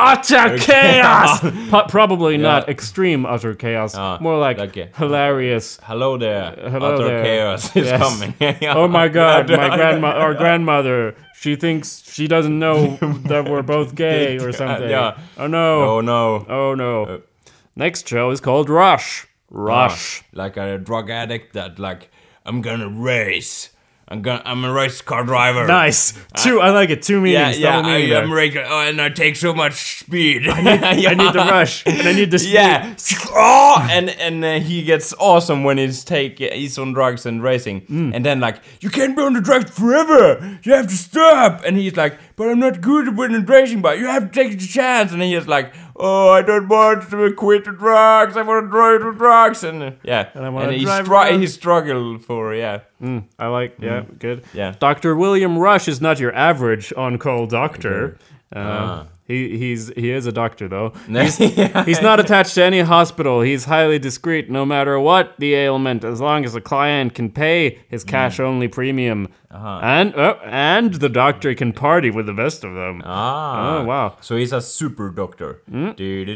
Speaker 1: Utter chaos. Ah, Po- probably not extreme utter chaos. More like
Speaker 2: okay.
Speaker 1: hilarious.
Speaker 2: hello there
Speaker 1: Uh, hello
Speaker 2: utter
Speaker 1: there.
Speaker 2: chaos is
Speaker 1: Yes.
Speaker 2: coming
Speaker 1: Oh my god, my grandma or grandmother. She thinks she doesn't know that we're both gay or something.
Speaker 2: uh, Yeah.
Speaker 1: Oh no.
Speaker 2: oh no Uh,
Speaker 1: Oh no. Next show is called Rush. Rush.
Speaker 2: like a drug addict that like I'm gonna race. I'm gonna I'm a race car driver.
Speaker 1: Nice. Two. I like it. Two
Speaker 2: Yeah,
Speaker 1: meanings.
Speaker 2: yeah.
Speaker 1: double
Speaker 2: I,
Speaker 1: meaning there.
Speaker 2: am race, oh, and I take so much speed. yeah.
Speaker 1: I need the rush. And I need the speed.
Speaker 2: Yeah. Oh, and and uh, he gets awesome when he's take he's on drugs and racing,
Speaker 1: Mm.
Speaker 2: and then like you can't be on the drugs forever. You have to stop. And he's like, but I'm not good with the racing, but you have to take the chance. And then he's like, oh, I don't want to quit the drugs. I want to drive the drugs. And uh, yeah,
Speaker 1: And I wanna
Speaker 2: he,
Speaker 1: drive
Speaker 2: stri-
Speaker 1: around.
Speaker 2: he struggled for yeah.
Speaker 1: Mm, I like. Yeah. Good.
Speaker 2: Yeah.
Speaker 1: Doctor William Rush is not your average on-call doctor. Uh, He, he's he is a doctor though. He's not attached to any hospital. He's highly discreet no matter what the ailment, as long as the client can pay his
Speaker 2: Mm.
Speaker 1: cash only premium.
Speaker 2: Uh-huh.
Speaker 1: And oh, and the doctor can party with the best of them.
Speaker 2: Ah.
Speaker 1: Oh, wow. Mm.
Speaker 2: So he's a super doctor.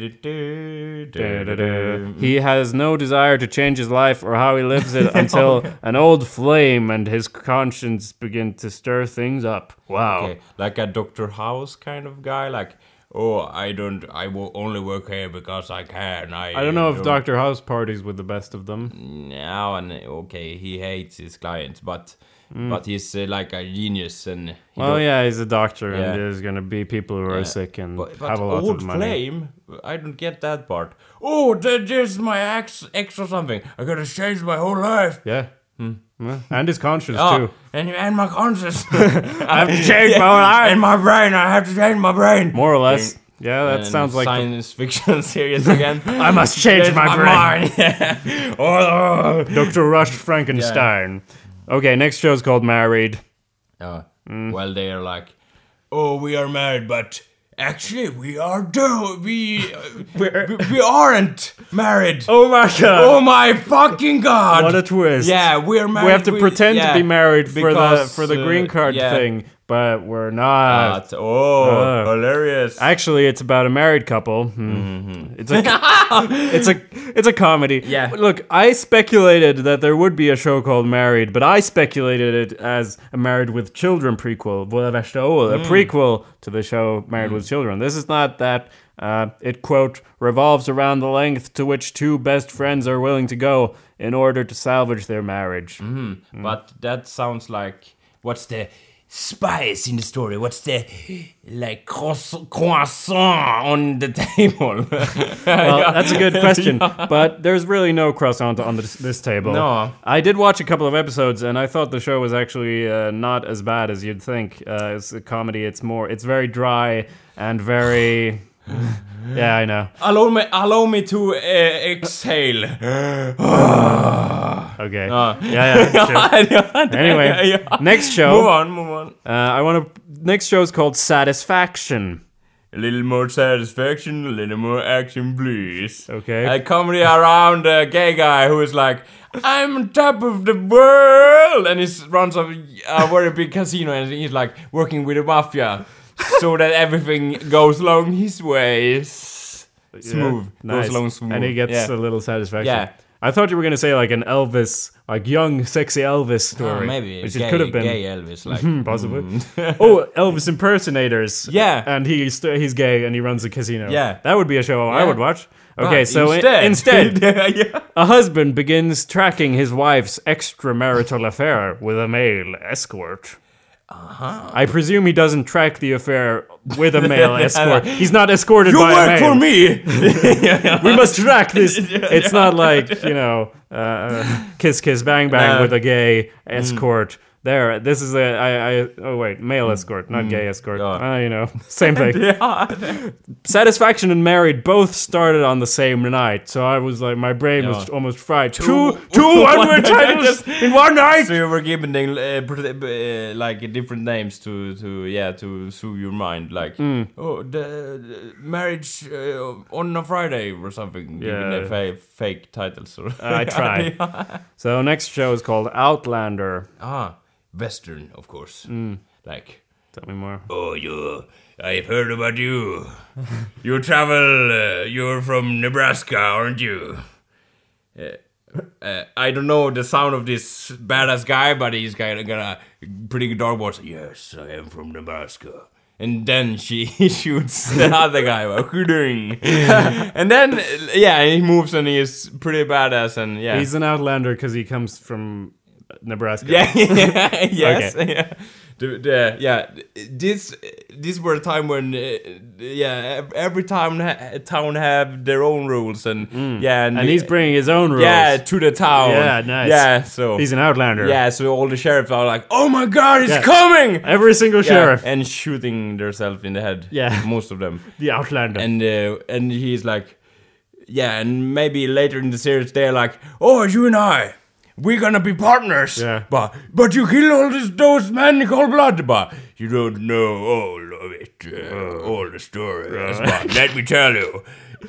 Speaker 2: Du-du-du-du, du-du-du.
Speaker 1: Mm-hmm. He has no desire to change his life or how he lives it until an old flame and his conscience begin to stir things up. Wow.
Speaker 2: Okay, Like a Doctor House kind of guy. Like, oh, I don't. I will only work here because I can. I.
Speaker 1: I don't know if Dr. House parties with the best of
Speaker 2: Mm,
Speaker 1: them.
Speaker 2: Now and okay, he hates his clients, but but he's uh, like a genius and. He
Speaker 1: Mm. Well,
Speaker 2: don't-
Speaker 1: yeah, he's a doctor,
Speaker 2: Yeah.
Speaker 1: and there's going to be people who are sick and
Speaker 2: But, but
Speaker 1: have a lot
Speaker 2: old
Speaker 1: of money.
Speaker 2: flame, I don't get that part. Oh, that is my ex, ex or something. I gotta change my whole life.
Speaker 1: Yeah. Yeah. Hmm. Ah. And his conscience,
Speaker 2: Oh,
Speaker 1: too.
Speaker 2: and and my conscience.
Speaker 1: I've changed my
Speaker 2: In my brain, I have to change my brain.
Speaker 1: More or less. Yeah, that
Speaker 2: And
Speaker 1: sounds like. the-
Speaker 2: science fiction series again.
Speaker 1: I must change my brain.
Speaker 2: mind. oh,
Speaker 1: Dr. Rush Frankenstein. Okay, next show's called Married.
Speaker 2: oh.
Speaker 1: Mm.
Speaker 2: Well, they are like, oh, we are married, but actually, we are do we uh, we, we aren't married. Oh.
Speaker 1: Oh my god!
Speaker 2: my fucking god!
Speaker 1: What a twist.
Speaker 2: Yeah, we're married.
Speaker 1: we have to pretend
Speaker 2: yeah,
Speaker 1: to be married for the
Speaker 2: because,
Speaker 1: for the
Speaker 2: uh,
Speaker 1: green card
Speaker 2: yeah.
Speaker 1: thing, Ah. but we're not.
Speaker 2: But, oh, hilarious.
Speaker 1: Actually, it's about a married couple. Hmm. It's a it's a it's a comedy.
Speaker 2: Yeah.
Speaker 1: Look, I speculated that there would be a show called Married, but I speculated it as a Married with Children prequel, Vuola Vastaola, a prequel to the show Married with Children. This is not that. Uh, it quote revolves around the length to which two best friends are willing to go in order to salvage their marriage. Mm.
Speaker 2: But that sounds like what's the spice in the story? What's the like croiss- croissant on the table?
Speaker 1: Well, that's a good question. But there's really no croissant on this, this table.
Speaker 2: No.
Speaker 1: I did watch a couple of episodes, and I thought the show was actually uh, not as bad as you'd think. Uh, it's a comedy. It's more. It's very dry and very. yeah, I know.
Speaker 2: allow me, allow me to uh, exhale.
Speaker 1: Okay.
Speaker 2: Uh.
Speaker 1: Yeah, yeah. sure. Anyway,
Speaker 2: Yeah.
Speaker 1: next
Speaker 2: move
Speaker 1: show.
Speaker 2: on, move on.
Speaker 1: Uh, I want to. Next show is called Satisfaction.
Speaker 2: A little more satisfaction, a little more action, please.
Speaker 1: Okay.
Speaker 2: A comedy around a gay guy who is like, I'm on top of the world! And he s- runs uh, a, a very big casino and he's like working with the mafia so that everything goes along his ways. Smooth.
Speaker 1: Yeah,
Speaker 2: Goes along smooth.
Speaker 1: And he gets
Speaker 2: yeah.
Speaker 1: a little satisfaction.
Speaker 2: Yeah.
Speaker 1: I thought you were gonna say like an Elvis, like young, sexy Elvis story.
Speaker 2: Oh, maybe.
Speaker 1: which
Speaker 2: gay,
Speaker 1: it could have been Hmm.
Speaker 2: Gay Elvis, like.
Speaker 1: possibly. oh, Elvis impersonators.
Speaker 2: Hmm. Yeah.
Speaker 1: and he's he's gay and he runs a casino.
Speaker 2: Yeah.
Speaker 1: that would be a show I
Speaker 2: Yeah.
Speaker 1: would watch.
Speaker 2: But
Speaker 1: Okay, so i- instead
Speaker 2: yeah, yeah.
Speaker 1: a husband begins tracking his wife's extramarital affair with a male escort. Uh-huh. I presume he doesn't track the affair with a male escort. He's not escorted
Speaker 2: You
Speaker 1: by a
Speaker 2: work
Speaker 1: male
Speaker 2: for me!
Speaker 1: we must track this. It's not like you know, uh, kiss kiss bang bang
Speaker 2: No.
Speaker 1: with a gay
Speaker 2: mm.
Speaker 1: escort. There, this is a I, I oh wait, male escort, not gay escort.
Speaker 2: Mm. Yeah.
Speaker 1: Uh, you know, same thing. Satisfaction and Married both started on the same night, so I was like, my brain was
Speaker 2: Yeah.
Speaker 1: almost fried. Two
Speaker 2: Two-
Speaker 1: two
Speaker 2: one
Speaker 1: unwed titles
Speaker 2: titles.
Speaker 1: in one night.
Speaker 2: So you were giving them, uh, pr- uh, like different names to to yeah to soothe your mind, like
Speaker 1: Mm.
Speaker 2: oh the, the marriage uh, on a Friday or something. Giving
Speaker 1: Yeah.
Speaker 2: them fa- fake titles. Or
Speaker 1: I tried. So next show is called Outlander.
Speaker 2: ah, Western, of course.
Speaker 1: Mm.
Speaker 2: Like
Speaker 1: Tell me more.
Speaker 2: oh you, I've heard about you. you travel. Uh, you're from Nebraska, aren't you? Uh, uh, I don't know the sound of this badass guy, but he's gonna, gonna pretty dark voice. Yes, I am from Nebraska. And then she shoots the other guy. while shooting. and then uh, yeah, he moves and he is pretty badass. And yeah,
Speaker 1: He's an Outlander because he comes from Nebraska.
Speaker 2: yeah, yeah, yes, yeah. The, the, yeah, this this were a time when uh, yeah ev- every town ha- town have their own rules and yeah
Speaker 1: Mm. and he's bringing his own rules.
Speaker 2: yeah to the town
Speaker 1: Yeah, nice.
Speaker 2: yeah so
Speaker 1: He's an outlander.
Speaker 2: yeah so all the sheriffs are like oh my god he's
Speaker 1: Yeah.
Speaker 2: coming
Speaker 1: Every single
Speaker 2: Yeah,
Speaker 1: sheriff.
Speaker 2: and shooting themselves in the head
Speaker 1: Yeah.
Speaker 2: most of them
Speaker 1: the outlander.
Speaker 2: and uh, and he's like, yeah, and maybe later in the series they're like, oh, you and I, we're gonna be partners.
Speaker 1: Yeah.
Speaker 2: But but you killed all this, those men in cold blood, but you don't know all of it, uh, all the story. But let me tell you,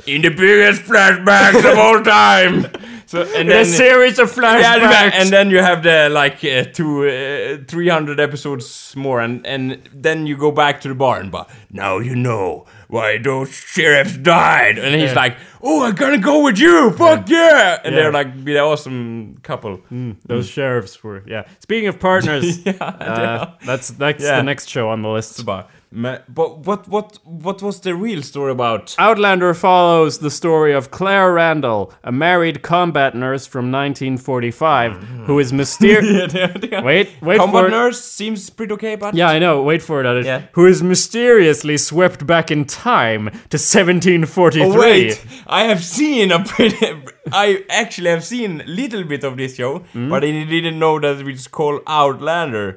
Speaker 2: in the biggest flashbacks of all time. So and
Speaker 1: a
Speaker 2: then.
Speaker 1: series of
Speaker 2: yeah, and then-
Speaker 1: flashbacks.
Speaker 2: and then you have the like uh, two, uh, three hundred episodes more, and and then you go back to the barn. But now you know why those sheriffs died. And he's
Speaker 1: Yeah.
Speaker 2: like, "Oh, I'm gonna go with you. Fuck yeah!"
Speaker 1: Yeah.
Speaker 2: And
Speaker 1: Mm.
Speaker 2: they're like, "Be an awesome couple."
Speaker 1: Those sheriffs were. Yeah. Speaking of partners, uh, that's that's
Speaker 2: Yeah.
Speaker 1: the next show on the list.
Speaker 2: But ma- but what what what was the real story about?
Speaker 1: Outlander follows the story of Claire Randall, a married combat nurse from 1945, who is mysterious. Wait, wait for
Speaker 2: Mm-hmm. Combat
Speaker 1: it.
Speaker 2: nurse seems pretty okay, but
Speaker 1: Yeah, I know. Wait for it, Alice.
Speaker 2: Yeah.
Speaker 1: Who is mysteriously swept back in time to 1743.
Speaker 2: Oh, wait, I have seen a pretty. I actually have seen little bit of this show, but I didn't know that it was called Outlander.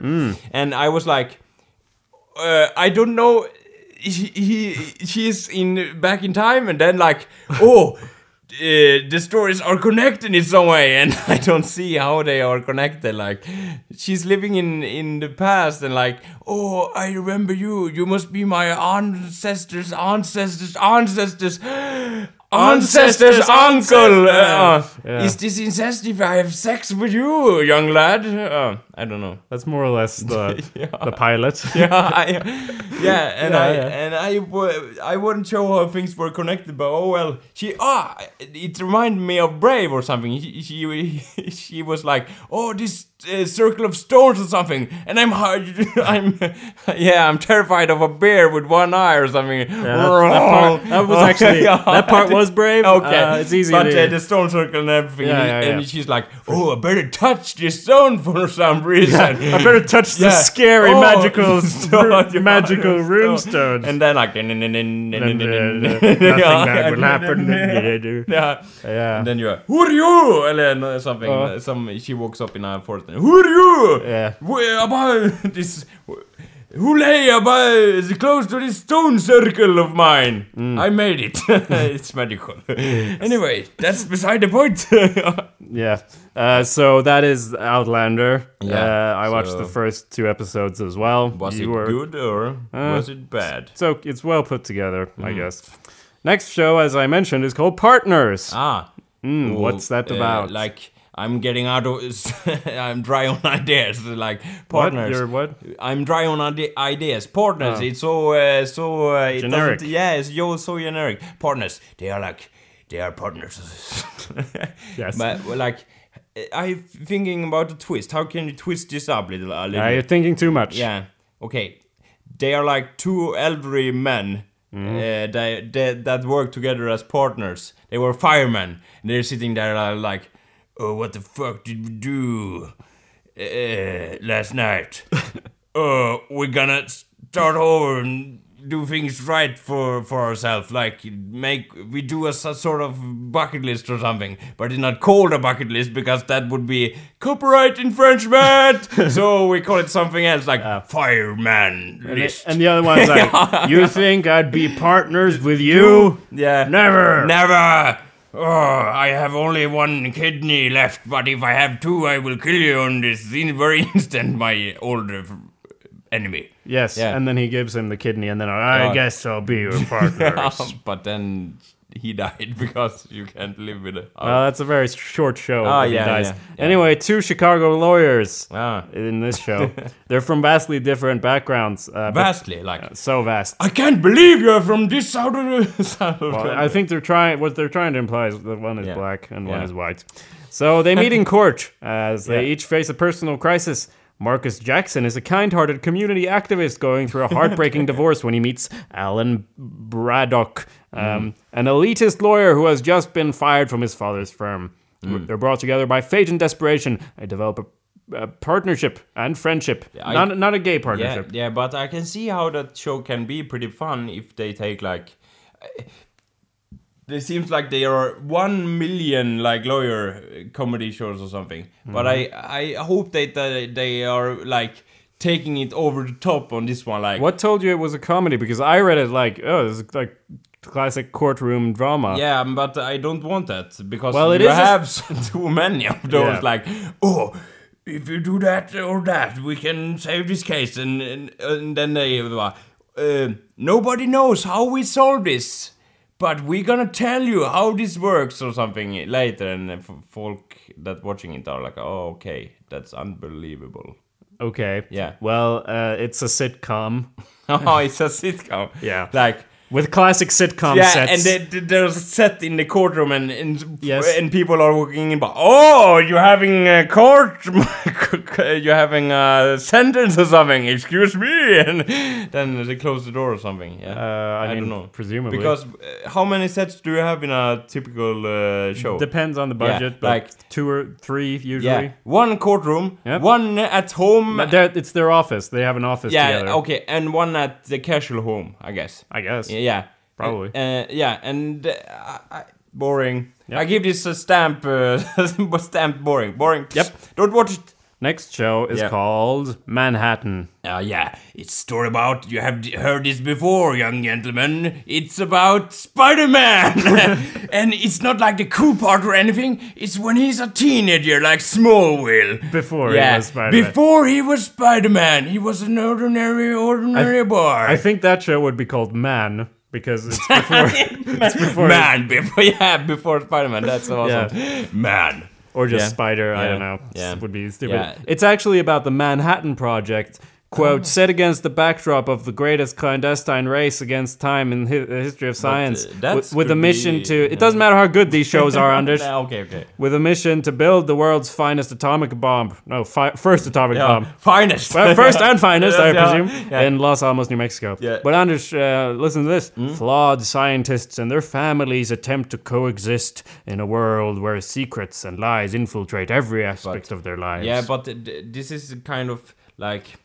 Speaker 2: And I was like, uh, I don't know. He, he she's in back in time, and then like, oh. Uh, the stories are connected in some way, and I don't see how they are connected. Like, she's living in in the past, and like, oh, I remember you. You must be my ancestors, ancestors, ancestors, ancestors,
Speaker 1: Ancestors, ancestors.
Speaker 2: uncle. Uh,
Speaker 1: Yeah.
Speaker 2: Is this incest if I have sex with you, young lad? Uh, I don't know.
Speaker 1: That's more or less the
Speaker 2: Yeah.
Speaker 1: the pilot.
Speaker 2: yeah, I, yeah, and
Speaker 1: Yeah,
Speaker 2: I
Speaker 1: yeah.
Speaker 2: and I wa- I wouldn't show how things were connected, but oh well. She ah, it reminded me of Brave or something. She she, she was like, oh, this uh, circle of stones or something, and I'm hard. I'm yeah, I'm terrified of a bear with one eye or something.
Speaker 1: Yeah, that, that part, that was actually
Speaker 2: Yeah.
Speaker 1: that part was brave.
Speaker 2: Okay,
Speaker 1: Uh, it's easy.
Speaker 2: But
Speaker 1: to,
Speaker 2: uh, the stone circle and everything,
Speaker 1: Yeah,
Speaker 2: and,
Speaker 1: yeah,
Speaker 2: and
Speaker 1: yeah.
Speaker 2: she's like, "Oh, I better touch this stone for some reason."
Speaker 1: I better touch the
Speaker 2: Yeah.
Speaker 1: scary
Speaker 2: Oh,
Speaker 1: magical
Speaker 2: stone, yeah,
Speaker 1: magical
Speaker 2: stone.
Speaker 1: rune stone.
Speaker 2: And then like
Speaker 1: And, uh, nothing bad will happen. Yeah.
Speaker 2: Yeah.
Speaker 1: Yeah.
Speaker 2: And then you're who are you? Eller no, something. uh,
Speaker 1: Ja.
Speaker 2: Some she walks up in a forest. and, Who are you?
Speaker 1: Yeah.
Speaker 2: Where about this? Who lay about close to this stone circle of mine?
Speaker 1: Mm.
Speaker 2: I made it. it's magical. Anyway, that's beside the point.
Speaker 1: Yeah. Uh, so that is Outlander.
Speaker 2: Yeah,
Speaker 1: Uh, I watched
Speaker 2: so-
Speaker 1: the first two episodes as well.
Speaker 2: was
Speaker 1: You
Speaker 2: it
Speaker 1: were- Uh,
Speaker 2: good or was it bad?
Speaker 1: So it's well put together, I
Speaker 2: Hmm.
Speaker 1: guess. Next show, as I mentioned, is called Partners.
Speaker 2: Ah. Well,
Speaker 1: Hmm, what's that
Speaker 2: uh,
Speaker 1: about?
Speaker 2: like, I'm getting out of. I'm dry on ideas. Like
Speaker 1: What?
Speaker 2: partners.
Speaker 1: You're what? Ah.
Speaker 2: I'm dry on ide- ideas. Partners. It's so uh, so uh, it
Speaker 1: Generic.
Speaker 2: doesn't- Yeah, it's yo so generic. Partners. They are like they are partners.
Speaker 1: Yes.
Speaker 2: But well, like, I'm thinking about the twist. How can you twist this up little a little?
Speaker 1: Uh, you're thinking too much.
Speaker 2: Yeah. Okay. They are like two elderly men uh, they, they, that work together as partners. They were firemen. And they're sitting there uh, like, oh, what the fuck did we do uh, last night? oh, we're gonna start over and do things right for, for ourselves. Like, make we do a, s- sort of bucket list or something, but it's not called a bucket list because that would be copyright infringement. so we call it something else, like fireman list.
Speaker 1: And the other one's like, you think I'd be partners with you?
Speaker 2: yeah.
Speaker 1: Never.
Speaker 2: Never! Oh, I have only one kidney left, but if I have two, I will kill you on this in very instant, my older f- enemy.
Speaker 1: Yes.
Speaker 2: Yeah.
Speaker 1: And then he gives him the kidney, and then I
Speaker 2: Yeah.
Speaker 1: guess I'll be your partners.
Speaker 2: but then he died because you can't live with it.
Speaker 1: Well, Uh, that's a very short show.
Speaker 2: Ah,
Speaker 1: if he
Speaker 2: yeah,
Speaker 1: dies.
Speaker 2: yeah, yeah.
Speaker 1: Anyway, two Chicago lawyers
Speaker 2: Ah.
Speaker 1: in this show. They're from vastly different backgrounds. Uh, but
Speaker 2: Vastly, like,
Speaker 1: so vast.
Speaker 2: I can't believe you're from this side of the side of
Speaker 1: Well,
Speaker 2: the-
Speaker 1: I think they're trying. What they're trying to imply is that one is
Speaker 2: Yeah.
Speaker 1: black and one
Speaker 2: Yeah.
Speaker 1: is white. So they meet in court as they
Speaker 2: Yeah.
Speaker 1: each face a personal crisis. Marcus Jackson is a kind-hearted community activist going through a heartbreaking divorce when he meets Alan Braddock,
Speaker 2: Mm.
Speaker 1: um, an elitist lawyer who has just been fired from his father's firm.
Speaker 2: Mm.
Speaker 1: They're brought together by fate and desperation. They develop a, a partnership and friendship,
Speaker 2: I-
Speaker 1: not not a gay
Speaker 2: Yeah,
Speaker 1: partnership.
Speaker 2: yeah, but I can see how that show can be pretty fun if they take like. It seems like they are one million like lawyer uh, comedy shows or something. But
Speaker 1: Mm-hmm.
Speaker 2: I I hope that they, they are like taking it over the top on this one. Like
Speaker 1: What told you it was a comedy? Because I read it like, oh, this is like classic courtroom drama.
Speaker 2: Yeah, but I don't want that because
Speaker 1: Well, it
Speaker 2: you
Speaker 1: is a-
Speaker 2: have too many of those.
Speaker 1: Yeah.
Speaker 2: Like, oh, if you do that or that, we can save this case, and and, and then they uh, uh, nobody knows how we solve this, but we're gonna tell you how this works or something later, and f- folk that watching it are like, oh, okay, that's unbelievable.
Speaker 1: Okay.
Speaker 2: Yeah.
Speaker 1: Well, uh, it's a sitcom
Speaker 2: oh, it's a sitcom.
Speaker 1: Yeah.
Speaker 2: like.
Speaker 1: with classic sitcom
Speaker 2: Yeah,
Speaker 1: sets.
Speaker 2: and they, they- there's a set in the courtroom, and and,
Speaker 1: Yes.
Speaker 2: and people are walking in. But oh, you're having a court, you're having a sentence or something. Excuse me, and then they close the door or something. Yeah,
Speaker 1: Uh, I mean,
Speaker 2: don't know.
Speaker 1: presumably.
Speaker 2: because uh, how many sets do you have in a typical uh, show?
Speaker 1: depends on the budget, but
Speaker 2: like-
Speaker 1: two or three
Speaker 2: yeah,
Speaker 1: usually.
Speaker 2: one courtroom,
Speaker 1: Yep.
Speaker 2: one at home.
Speaker 1: But they're- it's their office. They have an office
Speaker 2: yeah,
Speaker 1: together.
Speaker 2: okay, and one at the casual home, I guess.
Speaker 1: I guess.
Speaker 2: Yeah, Yeah.
Speaker 1: Probably.
Speaker 2: Uh, yeah, and uh, I, I, boring.
Speaker 1: Yep.
Speaker 2: I give this a stamp. Uh, stamp boring. Boring.
Speaker 1: Yep.
Speaker 2: Don't watch it.
Speaker 1: Next show is
Speaker 2: Yeah.
Speaker 1: called Manhattan.
Speaker 2: Uh, yeah, it's story about you have d- heard this before, young gentlemen. It's about Spider-Man, and it's not like the cool part or anything. It's when he's a teenager, like Smallville.
Speaker 1: Before he was Spider-Man.
Speaker 2: Before he was Spider-Man, he was an ordinary, ordinary boy.
Speaker 1: I think that show would be called Man because it's before. it's before
Speaker 2: man before yeah before Spider Man. That's awesome. Man,
Speaker 1: or just
Speaker 2: Yeah.
Speaker 1: Spider. I
Speaker 2: Yeah.
Speaker 1: don't know.
Speaker 2: Yeah.
Speaker 1: Would be stupid.
Speaker 2: Yeah. Oh.
Speaker 1: It's actually about the Manhattan Project. Quote, set against the backdrop of the greatest clandestine race against time in hi- the history of science,
Speaker 2: uh, that's
Speaker 1: with, with a
Speaker 2: could
Speaker 1: mission
Speaker 2: be-
Speaker 1: to. It doesn't matter how good these shows are, Anders
Speaker 2: Yeah, okay, okay.
Speaker 1: with a mission to build the world's finest atomic bomb. No, fi- first atomic
Speaker 2: Yeah.
Speaker 1: bomb.
Speaker 2: Um, finest.
Speaker 1: Well, first and finest, I
Speaker 2: Yeah.
Speaker 1: presume,
Speaker 2: Yeah.
Speaker 1: in Los Alamos, New Mexico.
Speaker 2: Yeah. Hmm?
Speaker 1: But Anders, uh, listen to this. Flawed scientists and their families attempt to coexist in a world where secrets and lies infiltrate every aspect of their lives.
Speaker 2: Yeah, but th- th- this is kind of like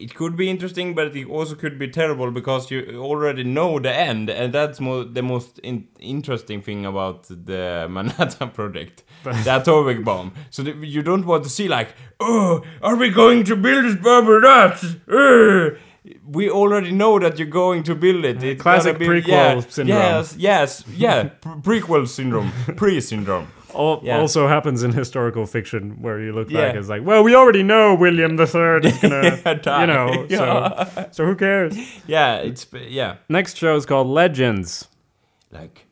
Speaker 2: it could be interesting, but it also could be terrible because you already know the end, and that's mo- the most in- interesting thing about the Manhattan Project, the atomic bomb. So th- you don't want to see like, oh, are we going to build this bomb or not? Uh, we already know that you're going to build it. It's
Speaker 1: classic
Speaker 2: gonna be-
Speaker 1: prequel
Speaker 2: yeah,
Speaker 1: syndrome.
Speaker 2: Yes, yes, yeah, pre- prequel syndrome, pre syndrome.
Speaker 1: Al-
Speaker 2: Yeah.
Speaker 1: Also happens in historical fiction where you look back
Speaker 2: Yeah.
Speaker 1: as like, well, we already know William the Third is gonna,
Speaker 2: Die.
Speaker 1: you know, so, so who cares?
Speaker 2: Yeah, it's yeah.
Speaker 1: Next show is called Legends.
Speaker 2: Like,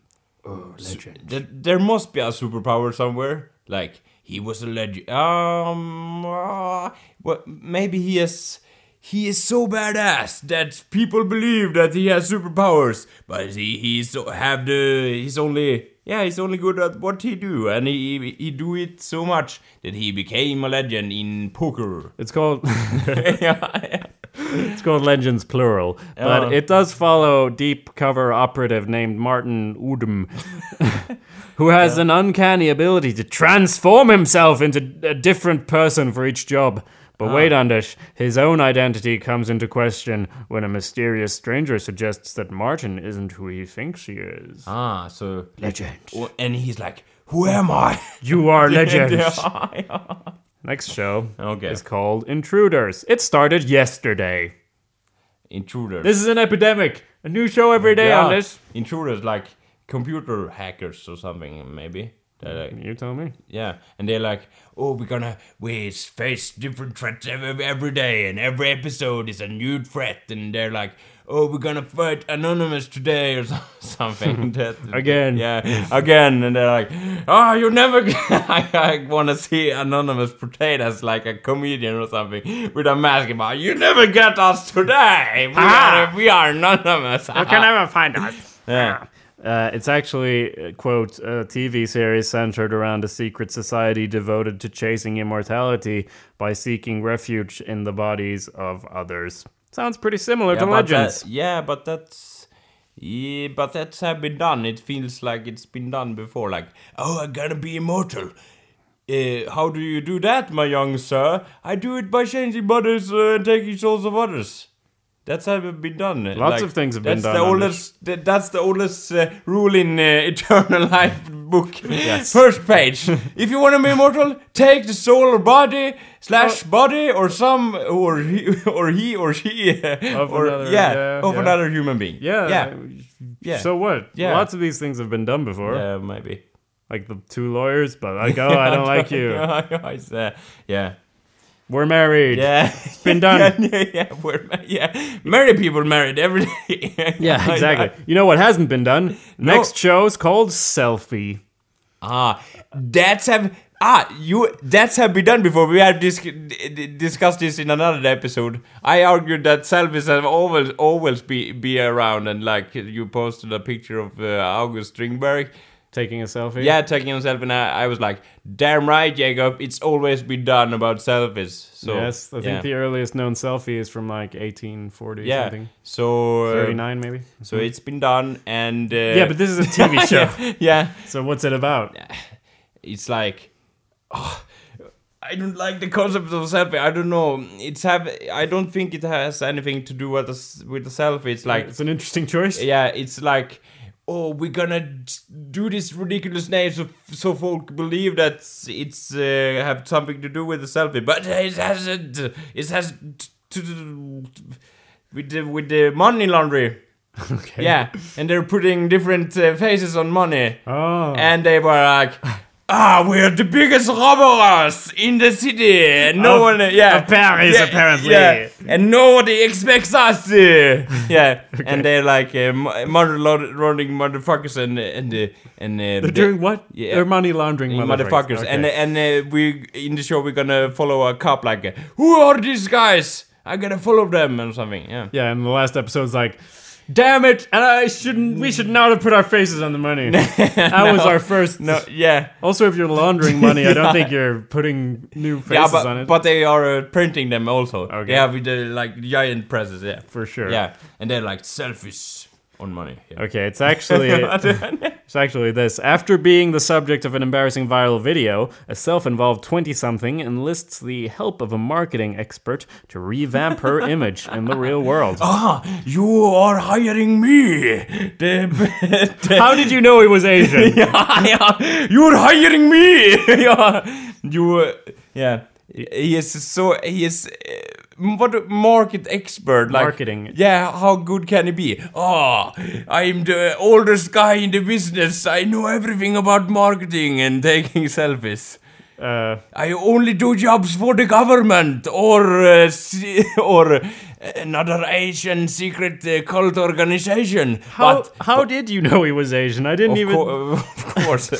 Speaker 2: oh, legend. There, there must be a superpower somewhere. Like, he was a legend. Um, uh, well, maybe he is. He is so badass that people believe that he has superpowers, but he he's so have the he's only yeah he's only good at what he do, and he he do it so much that he became a legend in poker.
Speaker 1: It's called
Speaker 2: yeah,
Speaker 1: It's called Legends Plural, but
Speaker 2: Oh.
Speaker 1: it does follow deep cover operative named Martin Udum, who has an uncanny ability to transform himself into a different person for each job. But
Speaker 2: Ah.
Speaker 1: wait, Anders, his own identity comes into question when a mysterious stranger suggests that Martin isn't who he thinks he is.
Speaker 2: ah, so
Speaker 1: Legend.
Speaker 2: oh, and he's like, who am I?
Speaker 1: You are legend.
Speaker 2: Yeah.
Speaker 1: Next show
Speaker 2: Okay.
Speaker 1: is called Intruders. It started yesterday.
Speaker 2: Intruder.
Speaker 1: This is an epidemic. A new show every day,
Speaker 2: Yeah,
Speaker 1: er Anders.
Speaker 2: Intruders like computer hackers or something, maybe. They're like,
Speaker 1: You tell me.
Speaker 2: yeah, and they're like, oh, we're gonna we face different threats every, every day, and every episode is a new threat, and they're like, oh, we're gonna fight anonymous today or so- something. that,
Speaker 1: Again.
Speaker 2: yeah, again, and they're like, oh, you never. g- I, I wanna see anonymous potatoes like a comedian or something with a mask. About you never get us today. We,
Speaker 1: Ah.
Speaker 2: are, we are anonymous.
Speaker 1: never find us.
Speaker 2: Yeah.
Speaker 1: Uh, it's actually, uh, quote, a TV series centered around a secret society devoted to chasing immortality by seeking refuge in the bodies of others. Sounds pretty similar to
Speaker 2: but that-
Speaker 1: Legends.
Speaker 2: yeah, but that's yeah, but that's have been done. It feels like it's been done before. Like, oh, I'm gonna be immortal. Uh, how do you do that, my young sir? I do it by changing bodies uh, and taking souls of others. That's have been done. Lots
Speaker 1: of things have been
Speaker 2: that's
Speaker 1: done,
Speaker 2: The
Speaker 1: Anders.
Speaker 2: oldest, th- that's the oldest uh, rule in uh, eternal life book. First page. if you want to be immortal, take the soul or body slash body or some or he or he or she uh,
Speaker 1: Of
Speaker 2: or
Speaker 1: another-
Speaker 2: yeah,
Speaker 1: yeah,
Speaker 2: of
Speaker 1: yeah.
Speaker 2: another human being.
Speaker 1: Yeah.
Speaker 2: yeah, yeah.
Speaker 1: So what?
Speaker 2: Yeah.
Speaker 1: Lots of these things have been done before.
Speaker 2: yeah, maybe.
Speaker 1: Like the two lawyers, but like, oh, I don't like you.
Speaker 2: It's, uh, yeah,
Speaker 1: We're married.
Speaker 2: yeah. It's
Speaker 1: been done.
Speaker 2: yeah, yeah, yeah. We're, ma- yeah. Married people married every day.
Speaker 1: Yeah, exactly. You know what hasn't been done?
Speaker 2: No.
Speaker 1: Next show's called Selfie.
Speaker 2: Ah, that's have ah you that's have been done before. We have disc- d- d- discussed this in another episode. I argued that selfies have always always be be around, and like you posted a picture of uh, August Strindberg.
Speaker 1: Taking a selfie?
Speaker 2: Yeah, taking himself, and I, I was like, "Damn right, Jacob! It's always been done about selfies." So
Speaker 1: yes, I think
Speaker 2: yeah.
Speaker 1: the earliest known selfie is from like 1840
Speaker 2: yeah.
Speaker 1: something.
Speaker 2: So uh,
Speaker 1: 39 maybe.
Speaker 2: so it's been done, and uh,
Speaker 1: Yeah, but this is a TV show.
Speaker 2: yeah,
Speaker 1: so what's it about?
Speaker 2: it's like oh, I don't like the concept of selfie. I don't know. It's have I don't think it has anything to do with the s with the selfie. It's like
Speaker 1: It's an interesting choice.
Speaker 2: yeah, it's like oh, we're gonna do this ridiculous name so so folk believe that it's uh, have something to do with the selfie, but it hasn't. It has to do with the with the money laundering.
Speaker 1: Okay.
Speaker 2: Yeah, and they're putting different uh, faces on money
Speaker 1: Oh.
Speaker 2: and they were like, Ah, we're the biggest robbers in the city. No
Speaker 1: Of-
Speaker 2: one, yeah,
Speaker 1: of Paris, apparently.
Speaker 2: yeah. and nobody expects us. uh, yeah, and they're like uh, mo- mother lo- running motherfuckers, and uh, and uh, and uh,
Speaker 1: They're doing what?
Speaker 2: Yeah.
Speaker 1: They're money laundering
Speaker 2: motherfuckers. And
Speaker 1: Okay.
Speaker 2: and uh, we in the show we're gonna follow a cop like, uh, who are these guys? I gotta follow them and something. Yeah.
Speaker 1: yeah, and the last episode's like, damn it, and I shouldn't. We should not have put our faces on the money. that was our first.
Speaker 2: No, yeah.
Speaker 1: Also, if you're laundering money, I don't think you're putting new faces
Speaker 2: Yeah, but,
Speaker 1: on it.
Speaker 2: but they are uh, printing them also.
Speaker 1: Okay.
Speaker 2: They have the like giant presses, yeah.
Speaker 1: for sure.
Speaker 2: Yeah, and they're like selfies on money. Yeah.
Speaker 1: Okay, it's actually it's actually this. After being the subject of an embarrassing viral video, a self-involved 20-something enlists the help of a marketing expert to revamp her image in the real world.
Speaker 2: Ah, you are hiring me. The- the-
Speaker 1: How did you know he was Asian?
Speaker 2: yeah, yeah, you're hiring me. yeah, you. Uh, yeah, he is so he is. Uh, what a market expert like
Speaker 1: Marketing.
Speaker 2: yeah how good can he be oh i'm the oldest guy in the business i know everything about marketing and taking selfies
Speaker 1: Uh,
Speaker 2: I only do jobs for the government or uh, se- or another Asian secret uh, cult organization.
Speaker 1: how
Speaker 2: but
Speaker 1: how did you know he was Asian? I didn't
Speaker 2: of,
Speaker 1: even.
Speaker 2: co- of course,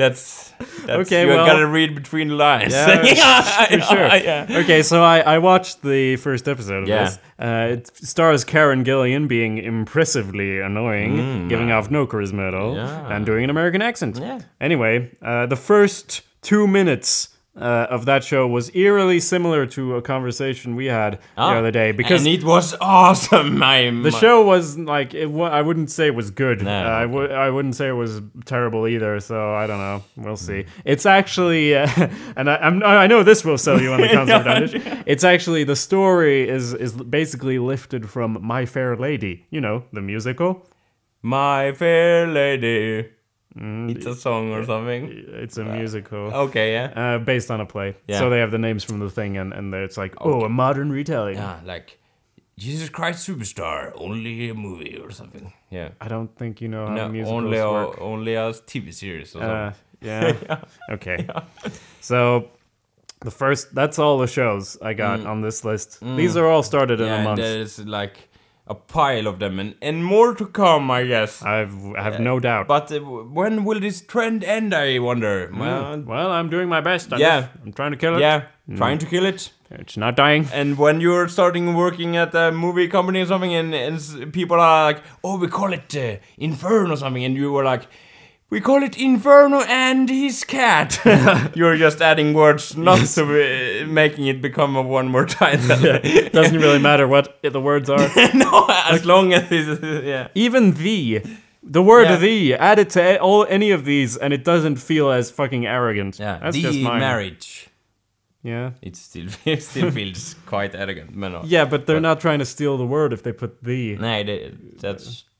Speaker 2: that's, that's
Speaker 1: Okay,
Speaker 2: You
Speaker 1: well-
Speaker 2: gotta read between the lines.
Speaker 1: Yeah, for sure.
Speaker 2: yeah.
Speaker 1: Okay, so I, I watched the first episode of
Speaker 2: Yeah.
Speaker 1: this. Uh, it stars Karen Gillian being impressively annoying, giving off no charisma at all,
Speaker 2: Hmm, Yeah.
Speaker 1: and doing an American accent.
Speaker 2: Yeah.
Speaker 1: Anyway, uh, the first two minutes. Uh, of that show was eerily similar to a conversation we had the other day because
Speaker 2: Ah, and it was awesome. I'm
Speaker 1: the show was like it wa- I wouldn't say it was good.
Speaker 2: No.
Speaker 1: Uh, I would I wouldn't say it was terrible either. So I don't know. We'll see.
Speaker 2: Hmm.
Speaker 1: It's actually, uh, and I, I'm, I know this will sell you on the concept. don't it? It's actually the story is is basically lifted from My Fair Lady. You know the musical.
Speaker 2: My Fair Lady. Mm, It's a song or something.
Speaker 1: It's a musical.
Speaker 2: Okay, yeah.
Speaker 1: Uh, based on a play,
Speaker 2: Uh, oh. Yeah.
Speaker 1: so they have the names from the thing, and, and it's like, oh, a modern retelling.
Speaker 2: yeah, Ah, like Jesus Christ Superstar, only a movie or something. Yeah.
Speaker 1: I don't think you know how
Speaker 2: No,
Speaker 1: musicals
Speaker 2: only
Speaker 1: work.
Speaker 2: a, only a TV series. Or
Speaker 1: Uh, yeah. Okay. So the first that's all the shows I got
Speaker 2: Mm.
Speaker 1: on this list. These are all started in
Speaker 2: something.
Speaker 1: a
Speaker 2: and
Speaker 1: month.
Speaker 2: there's like a pile of them, and, and more to come, I guess.
Speaker 1: I've I have no doubt.
Speaker 2: but uh, w- when will this trend end? I wonder. Well,
Speaker 1: well, I'm doing my best. I'm
Speaker 2: Yeah.
Speaker 1: just- I'm trying to kill it.
Speaker 2: yeah, trying to kill it.
Speaker 1: It's not dying.
Speaker 2: And when you're starting working at a movie company or something, and, and s- people are like, "Oh, we call it uh, Inferno" or something, and you were like. We call it Inferno and his cat. You're just adding words, not so uh, making it become a one-word title.
Speaker 1: It doesn't really matter what the words are.
Speaker 2: no, as long as it's, yeah.
Speaker 1: Even the the word
Speaker 2: Yeah.
Speaker 1: the add it to all any of these and it doesn't feel as fucking arrogant. That's
Speaker 2: the
Speaker 1: just mine.
Speaker 2: marriage.
Speaker 1: Yeah.
Speaker 2: It still it still feels quite arrogant, but no.
Speaker 1: Yeah, but they're not trying to steal the word if they put the.
Speaker 2: No, it- that's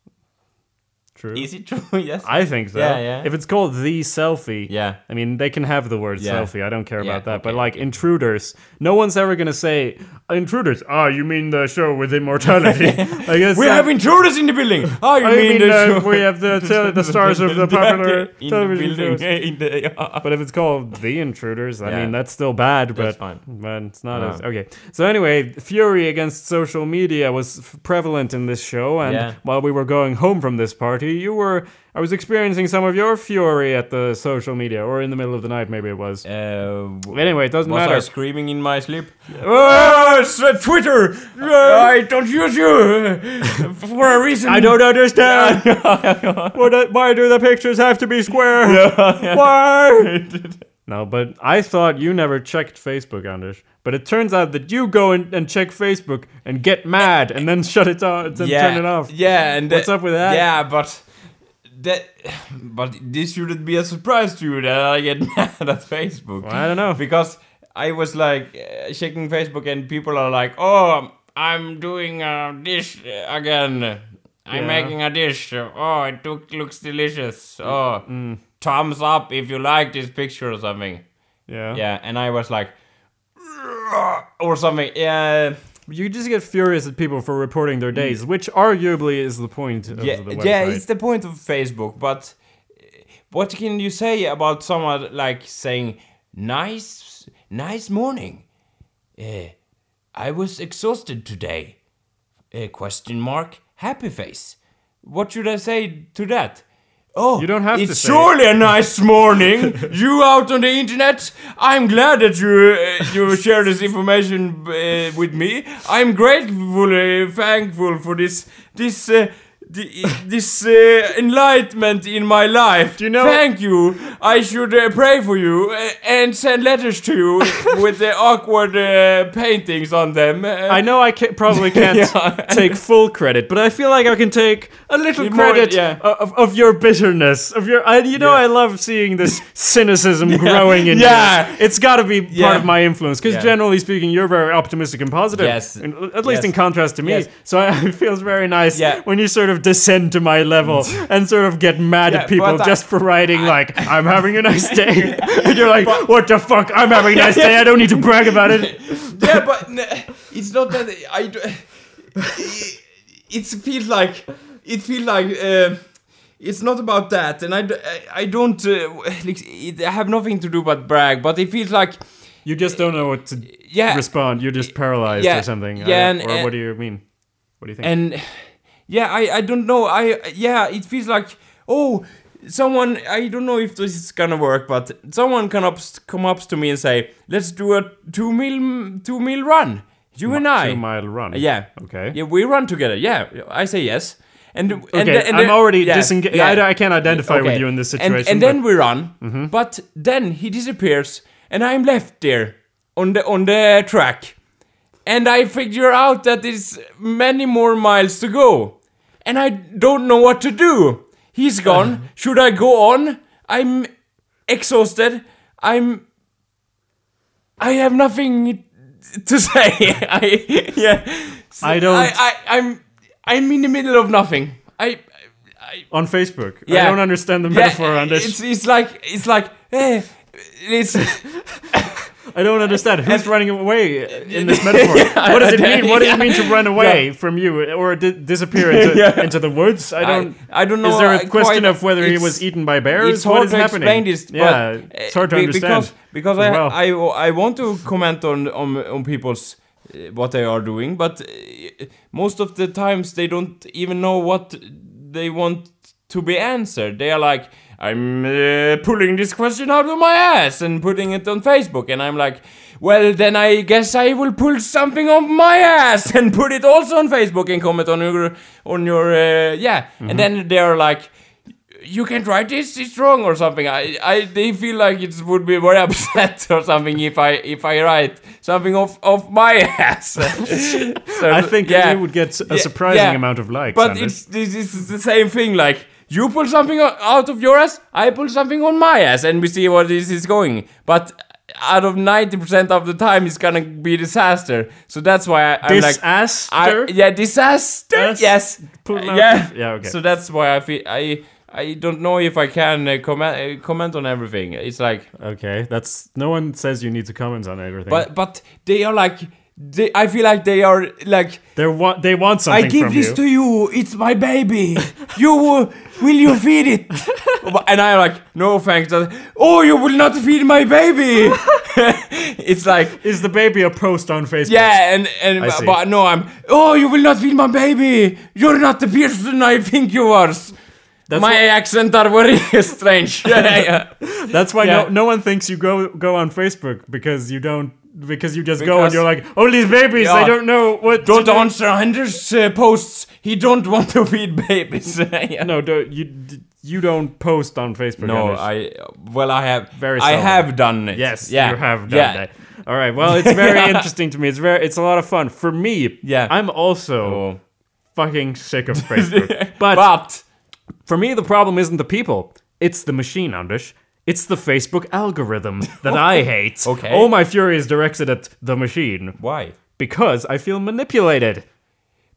Speaker 1: True.
Speaker 2: is it true? yes.
Speaker 1: I think so.
Speaker 2: Yeah, yeah.
Speaker 1: If it's called the selfie,
Speaker 2: Yeah.
Speaker 1: I mean, they can have the word
Speaker 2: Yeah.
Speaker 1: selfie. I don't care
Speaker 2: Yeah,
Speaker 1: about that. but
Speaker 2: okay,
Speaker 1: like intruders, no one's ever gonna say intruders. Ah, you mean the show with immortality? I guess
Speaker 2: we
Speaker 1: that-
Speaker 2: have intruders in the building. Oh, you
Speaker 1: I mean,
Speaker 2: the
Speaker 1: uh,
Speaker 2: show-
Speaker 1: we have the tele- the stars of the popular
Speaker 2: in
Speaker 1: television
Speaker 2: the building?
Speaker 1: shows.
Speaker 2: in the, yeah.
Speaker 1: But if it's called the intruders, I
Speaker 2: Yeah.
Speaker 1: mean that's still bad. But
Speaker 2: That's fine. Uh.
Speaker 1: but it's not
Speaker 2: Yeah.
Speaker 1: as okay. So anyway, fury against social media was f- prevalent in this show, and
Speaker 2: Yeah.
Speaker 1: while we were going home from this party, you were I was experiencing some of your fury at the social media, or in the middle of the night, maybe it was.
Speaker 2: Uh, w-
Speaker 1: Anyway, it doesn't
Speaker 2: was I
Speaker 1: matter.
Speaker 2: screaming in my sleep? Oh, it's uh, Twitter! I don't use you uh, for a reason.
Speaker 1: I don't understand. What do- why do the pictures have to be square? Why? no, but I thought you never checked Facebook, Anders. But it turns out that you go and, and check Facebook and get mad and then shut it down and then turn it off.
Speaker 2: Yeah, and
Speaker 1: What's up with that?
Speaker 2: Yeah, but that, but this shouldn't be a surprise to you that I get mad at Facebook.
Speaker 1: I don't know.
Speaker 2: because I was like uh, checking Facebook and people are like, "Oh, I'm doing a dish again. I'm
Speaker 1: Yeah.
Speaker 2: making a dish. Oh, it look, looks delicious. Oh, thumbs up if you like this picture or something."
Speaker 1: Yeah.
Speaker 2: Yeah, and I was like, or something. Yeah.
Speaker 1: You just get furious at people for reporting their days, which arguably is the point of
Speaker 2: yeah,
Speaker 1: the website.
Speaker 2: yeah, it's the point of Facebook, but eh, what can you say about someone like saying nice nice morning? Uh, I was exhausted today. Uh, question mark happy face. What should I say to that? Oh,
Speaker 1: You don't have to
Speaker 2: it's
Speaker 1: say it.
Speaker 2: surely a nice morning. you out on the internet. I'm glad that you uh, you share this information uh, with me. I'm gratefully thankful for this this. Uh, the, this uh, enlightenment in my life.
Speaker 1: you know-
Speaker 2: Thank you. I should uh, pray for you uh, and send letters to you with the awkward uh, paintings on them. Uh,
Speaker 1: I know I ca probably can't
Speaker 2: Yeah.
Speaker 1: take full credit, but I feel like I can take a little
Speaker 2: More,
Speaker 1: credit
Speaker 2: yeah.
Speaker 1: of, of your bitterness, of your. I, you know, I love seeing this cynicism growing in
Speaker 2: Yeah.
Speaker 1: you. It's got to be part
Speaker 2: Yeah.
Speaker 1: of my influence, because
Speaker 2: Yeah.
Speaker 1: generally speaking, you're very optimistic and positive.
Speaker 2: Yes.
Speaker 1: and- at least
Speaker 2: Yes.
Speaker 1: in contrast to me.
Speaker 2: Yes.
Speaker 1: So I, it feels very nice
Speaker 2: Yeah.
Speaker 1: when you sort of descend to my level and sort of get mad
Speaker 2: Yeah,
Speaker 1: at people
Speaker 2: but I-
Speaker 1: just for writing like I'm having a nice day, and you're like, what the fuck? I'm having a nice day. I don't need to brag about it.
Speaker 2: yeah, but n- it's not that I. d- It, it feels like it feels like uh, it's not about that, and I, d- I don't uh, like, it, I have nothing to do but brag. But it feels like
Speaker 1: You just don't know what to
Speaker 2: yeah,
Speaker 1: respond. You're just paralyzed
Speaker 2: yeah,
Speaker 1: or something. I
Speaker 2: yeah,
Speaker 1: don't-
Speaker 2: and-
Speaker 1: or
Speaker 2: and-
Speaker 1: what do you mean? What do you think?
Speaker 2: and yeah, I I don't know. I yeah, it feels like oh. Someone, I don't know if this is gonna work, but someone can up, come up to me and say, "Let's do a two mil two mil run, you and I."
Speaker 1: Two mile run.
Speaker 2: Yeah.
Speaker 1: Okay.
Speaker 2: Yeah, we run together. Yeah, I say yes. And okay, and,
Speaker 1: Okay,
Speaker 2: the- and
Speaker 1: I'm
Speaker 2: the-
Speaker 1: already
Speaker 2: yeah,
Speaker 1: disengaged.
Speaker 2: yeah.
Speaker 1: I, don't- I can't identify
Speaker 2: Okay.
Speaker 1: with you in this
Speaker 2: And-
Speaker 1: situation.
Speaker 2: And,
Speaker 1: but-
Speaker 2: then we run, but then he disappears, and I'm left there on the on the track, and I figure out that there's many more miles to go, and I don't know what to do. He's gone. Should I go on? I'm exhausted. I'm. I have nothing to say. I yeah. So
Speaker 1: I don't-
Speaker 2: I, I I'm I'm in the middle of nothing. I. I
Speaker 1: on Facebook, I
Speaker 2: Yeah.
Speaker 1: don't understand the
Speaker 2: yeah,
Speaker 1: metaphor on this.
Speaker 2: It's, it's like it's like eh, it's
Speaker 1: I don't understand. Who's running away in this metaphor? what does it mean? What does it mean to run away from you or di- disappear into, into the woods? I don't.
Speaker 2: I don't know,
Speaker 1: Is there a
Speaker 2: I
Speaker 1: question
Speaker 2: quite-
Speaker 1: of whether he
Speaker 2: it's-
Speaker 1: was eaten by bears?
Speaker 2: it's
Speaker 1: what
Speaker 2: hard
Speaker 1: is
Speaker 2: to
Speaker 1: happening?
Speaker 2: explain this. But,
Speaker 1: yeah,
Speaker 2: eh,
Speaker 1: it's hard to
Speaker 2: be-
Speaker 1: understand.
Speaker 2: because because
Speaker 1: as
Speaker 2: I,
Speaker 1: well.
Speaker 2: I I want to comment on on on people's uh, what they are doing, but uh, most of the times they don't even know what they want to be answered. They are like. I'm uh, pulling this question out of my ass and putting it on Facebook, and I'm like, well, then I guess I will pull something off my ass and put it also on Facebook and comment on your on your uh, yeah.
Speaker 1: Mm-hmm.
Speaker 2: And then they are like, you can't write this it's wrong or something i i they feel like it would be very upset or something if i if i write something off off my ass So,
Speaker 1: I think
Speaker 2: Um, yeah.
Speaker 1: you would get a
Speaker 2: Yeah,
Speaker 1: surprising
Speaker 2: yeah.
Speaker 1: amount of likes.
Speaker 2: but
Speaker 1: on this.
Speaker 2: it's this is the same thing like you pull something o- out of your ass i pull something on my ass and we see where this is going but out of 90% of the time it's gonna be disaster so that's why I, i'm like
Speaker 1: disaster.
Speaker 2: I, yeah, disaster.
Speaker 1: Yes.
Speaker 2: Yes.
Speaker 1: Pull
Speaker 2: Uh,
Speaker 1: out
Speaker 2: yeah.
Speaker 1: the- yeah, okay.
Speaker 2: So that's why I feel I I don't know if I can uh, comment uh, comment on everything. It's like,
Speaker 1: okay, that's no one says you need to comment on everything.
Speaker 2: but but they are like, they, I feel like they are like.
Speaker 1: they're wa- they want
Speaker 2: I
Speaker 1: something
Speaker 2: give
Speaker 1: from
Speaker 2: this
Speaker 1: you.
Speaker 2: to you. It's my baby. You will, will you feed it? and I'm like, no thanks. Oh, you will not feed my baby. it's like
Speaker 1: Is the baby a post on Facebook?
Speaker 2: Yeah, and and
Speaker 1: see.
Speaker 2: but no, I'm. Oh, you will not feed my baby. You're not the person I think you are. my accent are very strange. Yeah, yeah.
Speaker 1: That's why no,
Speaker 2: Yeah.
Speaker 1: no one thinks you go go on Facebook because you don't because you just go and
Speaker 2: Because-
Speaker 1: you're like, oh these babies, they
Speaker 2: Yeah.
Speaker 1: don't know what.
Speaker 2: Don't
Speaker 1: to do."
Speaker 2: answer Anders' uh, posts. He don't want to feed babies. Yeah.
Speaker 1: No, don't, you d- you don't post on Facebook.
Speaker 2: No,
Speaker 1: Anders.
Speaker 2: I. Well, I have.
Speaker 1: Very
Speaker 2: I
Speaker 1: seldom.
Speaker 2: have done it.
Speaker 1: Yes,
Speaker 2: yeah.
Speaker 1: you have done
Speaker 2: yeah.
Speaker 1: that. All right. Well, it's very interesting to me. It's very it's a lot of fun for me.
Speaker 2: Yeah.
Speaker 1: I'm also
Speaker 2: Oh.
Speaker 1: fucking sick of Facebook. but,
Speaker 2: But
Speaker 1: for me, the problem isn't the people; it's the machine, Anders. It's the Facebook algorithm that I hate.
Speaker 2: Okay.
Speaker 1: All my fury is directed at the machine
Speaker 2: why?
Speaker 1: because I feel manipulated.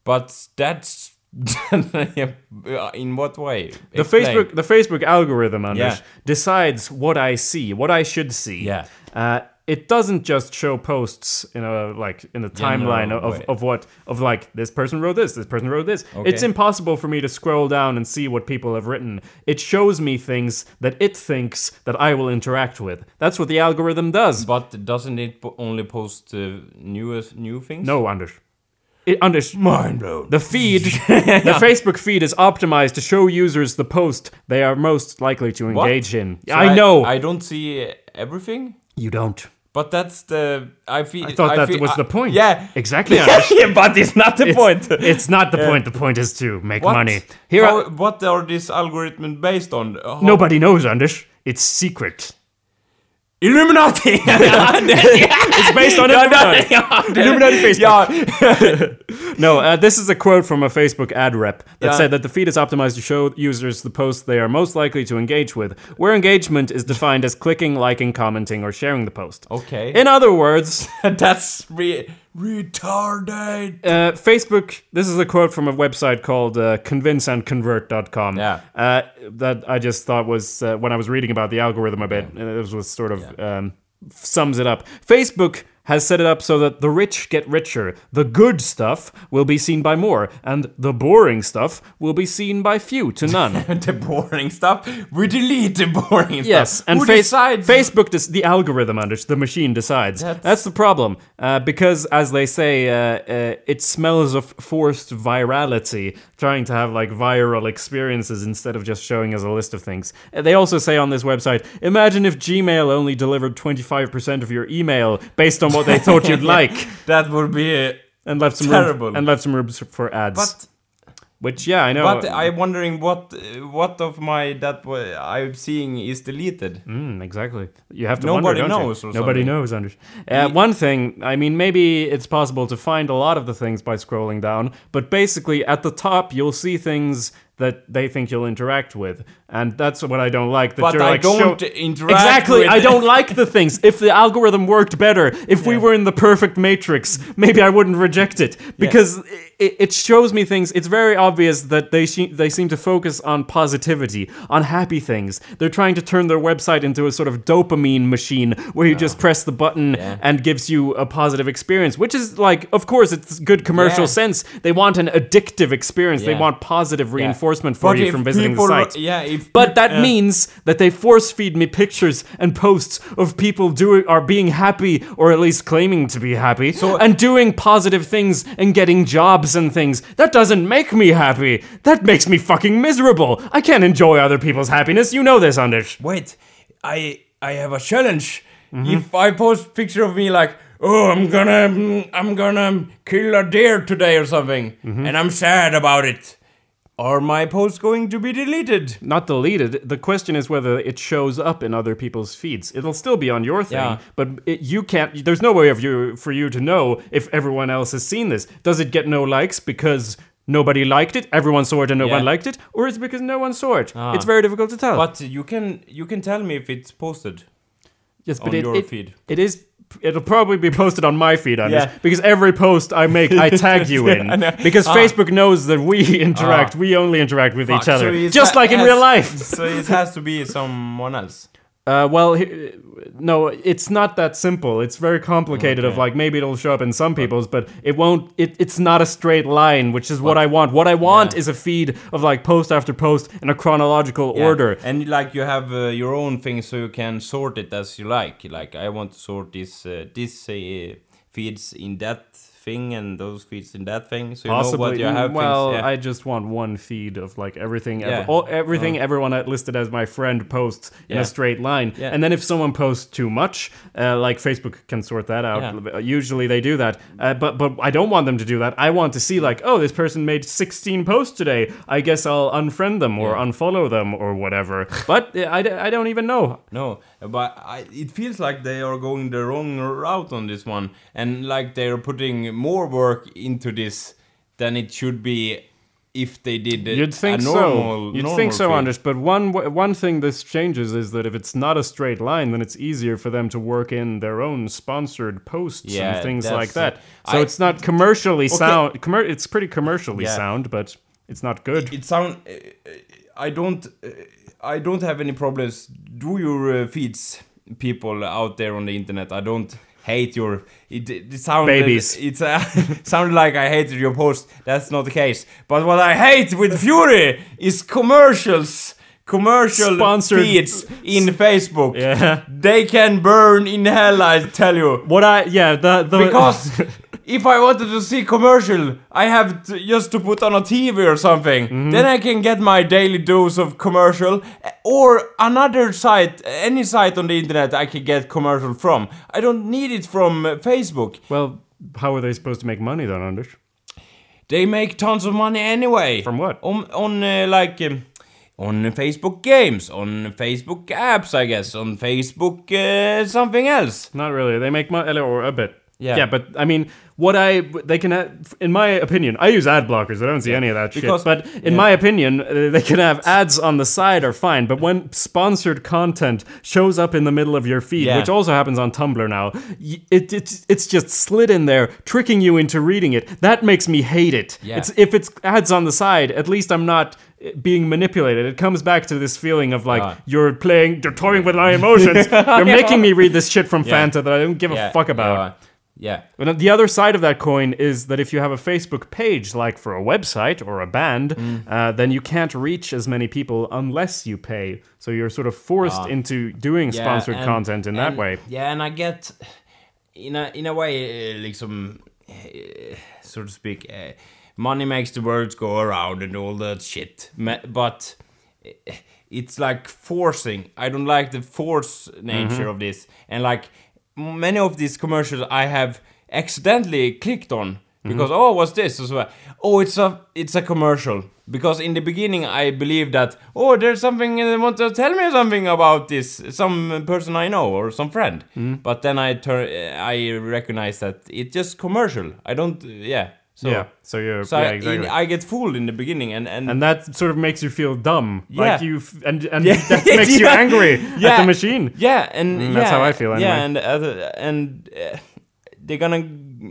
Speaker 2: But that's. in what way?
Speaker 1: The Facebook the Facebook algorithm, Anders,
Speaker 2: Yeah.
Speaker 1: decides what I see, what I should see.
Speaker 2: Yeah.
Speaker 1: Uh, it doesn't just show posts in a like in a timeline of,
Speaker 2: way.
Speaker 1: of what of like this person wrote this, this person wrote this.
Speaker 2: Okay.
Speaker 1: It's impossible for me to scroll down and see what people have written. It shows me things that it thinks that I will interact with. That's what the algorithm does.
Speaker 2: But doesn't it po- only post uh, newest new things?
Speaker 1: No, Anders. It, Anders,
Speaker 2: Mind blown.
Speaker 1: The feed, the Facebook feed is optimized to show users the post they are most likely to
Speaker 2: What?
Speaker 1: engage in.
Speaker 2: So
Speaker 1: I, know.
Speaker 2: I don't see uh, everything.
Speaker 1: you don't.
Speaker 2: But that's the I feel.
Speaker 1: I thought that
Speaker 2: feel-
Speaker 1: was
Speaker 2: I-
Speaker 1: the point.
Speaker 2: Yeah.
Speaker 1: Exactly, Anders.
Speaker 2: yeah, but it's not the point.
Speaker 1: It's not the point. The point is to make
Speaker 2: What?
Speaker 1: money. Here,
Speaker 2: How-
Speaker 1: I-
Speaker 2: what are this algorithm based on? Uh, How-
Speaker 1: nobody knows, Anders. It's secret.
Speaker 2: Illuminati.
Speaker 1: It's based on Illuminati. Illuminati Facebook.
Speaker 2: yeah.
Speaker 1: No, uh, this is a quote from a Facebook ad rep that
Speaker 2: Yeah.
Speaker 1: said that the feed is optimized to show users the posts they are most likely to engage with, where engagement is defined as clicking, liking, commenting, or sharing the post.
Speaker 2: Okay.
Speaker 1: In other words,
Speaker 2: that's re- retarded.
Speaker 1: uh, Facebook, this is a quote from a website called uh, convinceandconvert.com
Speaker 2: Yeah.
Speaker 1: uh, that I just thought was, uh, when I was reading about the algorithm a bit, and it was, was sort of um, sums it up. Facebook has set it up so that the rich get richer, the good stuff will be seen by more, and the boring stuff will be seen by few to none.
Speaker 2: the boring stuff. We delete the boring stuff.
Speaker 1: Yes, and
Speaker 2: Who
Speaker 1: face,
Speaker 2: decides?
Speaker 1: Facebook, des- the algorithm, under the machine decides. That's, the problem, uh, because as they say, uh, uh, it smells of forced virality, trying to have like viral experiences instead of just showing us a list of things. Uh, They also say on this website, imagine if Gmail only delivered 25% of your email based on what they thought you'd like,
Speaker 2: that would be. uh,
Speaker 1: and left some room
Speaker 2: Terrible.
Speaker 1: and left some room for ads.
Speaker 2: But
Speaker 1: Which, yeah, I know.
Speaker 2: but I'm wondering what uh, what of my that wa- I'm seeing is deleted.
Speaker 1: Mm, exactly. You have to
Speaker 2: Nobody
Speaker 1: wonder, don't you?
Speaker 2: knows or
Speaker 1: Nobody
Speaker 2: something.
Speaker 1: knows, Anders. Uh, one thing, I mean, maybe it's possible to find a lot of the things by scrolling down, but basically at the top you'll see things that they think you'll interact with, and that's what I don't like. That
Speaker 2: But
Speaker 1: you're
Speaker 2: I
Speaker 1: like
Speaker 2: don't
Speaker 1: show-
Speaker 2: interact
Speaker 1: Exactly,
Speaker 2: with-
Speaker 1: I don't like the things. If the algorithm worked better, if we were in the perfect matrix, maybe I wouldn't reject it because it, it shows me things. It's very obvious that they she- they seem to focus on positivity, on happy things. They're trying to turn their website into a sort of dopamine machine where you
Speaker 2: Oh.
Speaker 1: just press the button and gives you a positive experience, which is like, of course, it's good commercial
Speaker 2: Yeah.
Speaker 1: sense. They want an addictive experience. They
Speaker 2: Yeah.
Speaker 1: want positive reinforcement for
Speaker 2: But
Speaker 1: you
Speaker 2: if
Speaker 1: from visiting
Speaker 2: people,
Speaker 1: the site.
Speaker 2: Yeah, if
Speaker 1: But that
Speaker 2: uh,
Speaker 1: means that they force feed me pictures and posts of people doing are being happy or at least claiming to be happy and doing positive things and getting jobs and things. That doesn't make me happy. That makes me fucking miserable. I can't enjoy other people's happiness. You know this, Anders.
Speaker 2: wait, I I have a challenge.
Speaker 1: Mm-hmm.
Speaker 2: If I post picture of me like, oh, I'm gonna mm, I'm gonna kill a deer today or something,
Speaker 1: Mm-hmm.
Speaker 2: and I'm sad about it, are my posts going to be deleted?
Speaker 1: Not deleted. The question is whether it shows up in other people's feeds. It'll still be on your thing,
Speaker 2: Yeah.
Speaker 1: but it, you can't. There's no way of you for you to know if everyone else has seen this. Does it get no likes because nobody liked it? Everyone saw it and no one
Speaker 2: Yeah.
Speaker 1: liked it, or is it because no one saw it? It's very difficult to tell.
Speaker 2: But you can you can tell me if it's posted.
Speaker 1: yes, but
Speaker 2: on
Speaker 1: it,
Speaker 2: your
Speaker 1: it-
Speaker 2: feed.
Speaker 1: it is. It'll probably be posted on my feed, Anders,
Speaker 2: Yeah.
Speaker 1: because every post I make, I Ah. tag you in,
Speaker 2: I know.
Speaker 1: because Facebook knows that we interact. We only interact with each
Speaker 2: Fuck,
Speaker 1: other,
Speaker 2: so it
Speaker 1: just
Speaker 2: ha-
Speaker 1: like in
Speaker 2: has-
Speaker 1: real life.
Speaker 2: so it has to be someone else.
Speaker 1: Uh, well, he- no, it's not that simple. It's very complicated. Of like maybe it'll show up in some people's, but it won't. It, it's not a straight line, which is what I want. What I want
Speaker 2: Yeah.
Speaker 1: is a feed of like post after post in a chronological
Speaker 2: Yeah.
Speaker 1: order.
Speaker 2: And like you have uh, your own thing, so you can sort it as you like. Like I want to sort this uh, this uh, feeds in that thing and those feeds in that thing. So you know what you
Speaker 1: Mm,
Speaker 2: have.
Speaker 1: well,
Speaker 2: things. yeah.
Speaker 1: I just want one feed of like everything, ev-
Speaker 2: Yeah. Uh-huh.
Speaker 1: all, everything everyone I listed as my friend posts in
Speaker 2: Yeah.
Speaker 1: a straight line.
Speaker 2: Yeah.
Speaker 1: And then if someone posts too much, uh, like Facebook can sort that out.
Speaker 2: Yeah.
Speaker 1: Usually they do that, uh, but but I don't want them to do that. I want to see like, oh, this person made 16 posts today. I guess I'll unfriend them or unfollow them or whatever. but uh, I, d- I don't even know.
Speaker 2: No, but I, it feels like they are going the wrong route on this one, and like they are putting more work into this than it should be. If they did a-
Speaker 1: You'd think
Speaker 2: a normal,
Speaker 1: so. You'd
Speaker 2: normal
Speaker 1: think so,
Speaker 2: feed.
Speaker 1: Anders. But one w- one thing this changes is that if it's not a straight line, then it's easier for them to work in their own sponsored posts
Speaker 2: Yeah,
Speaker 1: and things
Speaker 2: that's
Speaker 1: like that.
Speaker 2: it.
Speaker 1: So
Speaker 2: I-
Speaker 1: it's not commercially sound. Commer- it's pretty commercially
Speaker 2: Yeah.
Speaker 1: sound, but it's not good.
Speaker 2: it sound eh, uh, uh, i don't uh, i don't have any problems do your uh, feeds people out there on the internet. I don't hate your it, it sounded
Speaker 1: Babies.
Speaker 2: it's uh, sounded like I hated your post. That's not the case. But what I hate with fury is commercials. Commercial
Speaker 1: Sponsored-
Speaker 2: feeds in Facebook.
Speaker 1: Yeah.
Speaker 2: They can burn in hell, I tell you.
Speaker 1: What I yeah the, the
Speaker 2: Because
Speaker 1: Ah.
Speaker 2: if I wanted to see commercial, I have to, just to put on a TV or something.
Speaker 1: Mm-hmm.
Speaker 2: Then I can get my daily dose of commercial eh, or another site, any site on the internet I can get commercial from. I don't need it from uh, Facebook.
Speaker 1: well, how are they supposed to make money then, Anders?
Speaker 2: They make tons of money anyway.
Speaker 1: From what?
Speaker 2: On on uh, like um, on Facebook games, on Facebook apps, I guess, on Facebook uh, something else.
Speaker 1: Not really. They make money or a bit.
Speaker 2: Yeah.
Speaker 1: Yeah, but I mean, what I they can, have, in my opinion, I use ad blockers. I don't see any of that
Speaker 2: Because-
Speaker 1: shit. But in my opinion, uh, they can have ads on the side are fine. But when sponsored content shows up in the middle of your feed,
Speaker 2: Yeah.
Speaker 1: which also happens on Tumblr now, y- it, it's it's just slid in there, tricking you into reading it. That makes me hate it.
Speaker 2: Yeah.
Speaker 1: It's if it's ads on the side, at least I'm not uh, being manipulated. It comes back to this feeling of like
Speaker 2: Ah.
Speaker 1: you're playing, you're toying with my emotions. you're making me read this shit from
Speaker 2: Yeah.
Speaker 1: Fanta that I don't give a fuck about.
Speaker 2: Yeah.
Speaker 1: And the other side of that coin is that if you have a Facebook page, like for a website or a band,
Speaker 2: Mm.
Speaker 1: uh, then you can't reach as many people unless you pay. So you're sort of forced into doing
Speaker 2: Ah. Yeah,
Speaker 1: sponsored
Speaker 2: and-
Speaker 1: content in that
Speaker 2: and-
Speaker 1: way.
Speaker 2: Yeah, and I get in a in a way eh, liksom eh, so to speak eh, money makes the world go around and all that shit. Ma- But eh, it's like forcing. I don't like the force
Speaker 1: Mm-hmm.
Speaker 2: nature of this. And like many of these commercials I have accidentally clicked on because
Speaker 1: Mm-hmm.
Speaker 2: oh what's this as well oh it's a it's a commercial because in the beginning i believed that oh there's something uh, they want to tell me something about this some person i know or some friend
Speaker 1: Mm-hmm.
Speaker 2: but then i turn i recognize that it's just commercial i don't yeah so
Speaker 1: yeah. So you're
Speaker 2: so
Speaker 1: yeah,
Speaker 2: I,
Speaker 1: exactly.
Speaker 2: I get fooled in the beginning and and,
Speaker 1: and that sort of makes you feel dumb. Like
Speaker 2: Yeah.
Speaker 1: you f- and and that makes you
Speaker 2: Yeah.
Speaker 1: angry at
Speaker 2: Yeah.
Speaker 1: the machine. Mm,
Speaker 2: Yeah, and yeah,
Speaker 1: that's how I feel anyway.
Speaker 2: Yeah, and uh, and uh, they're gonna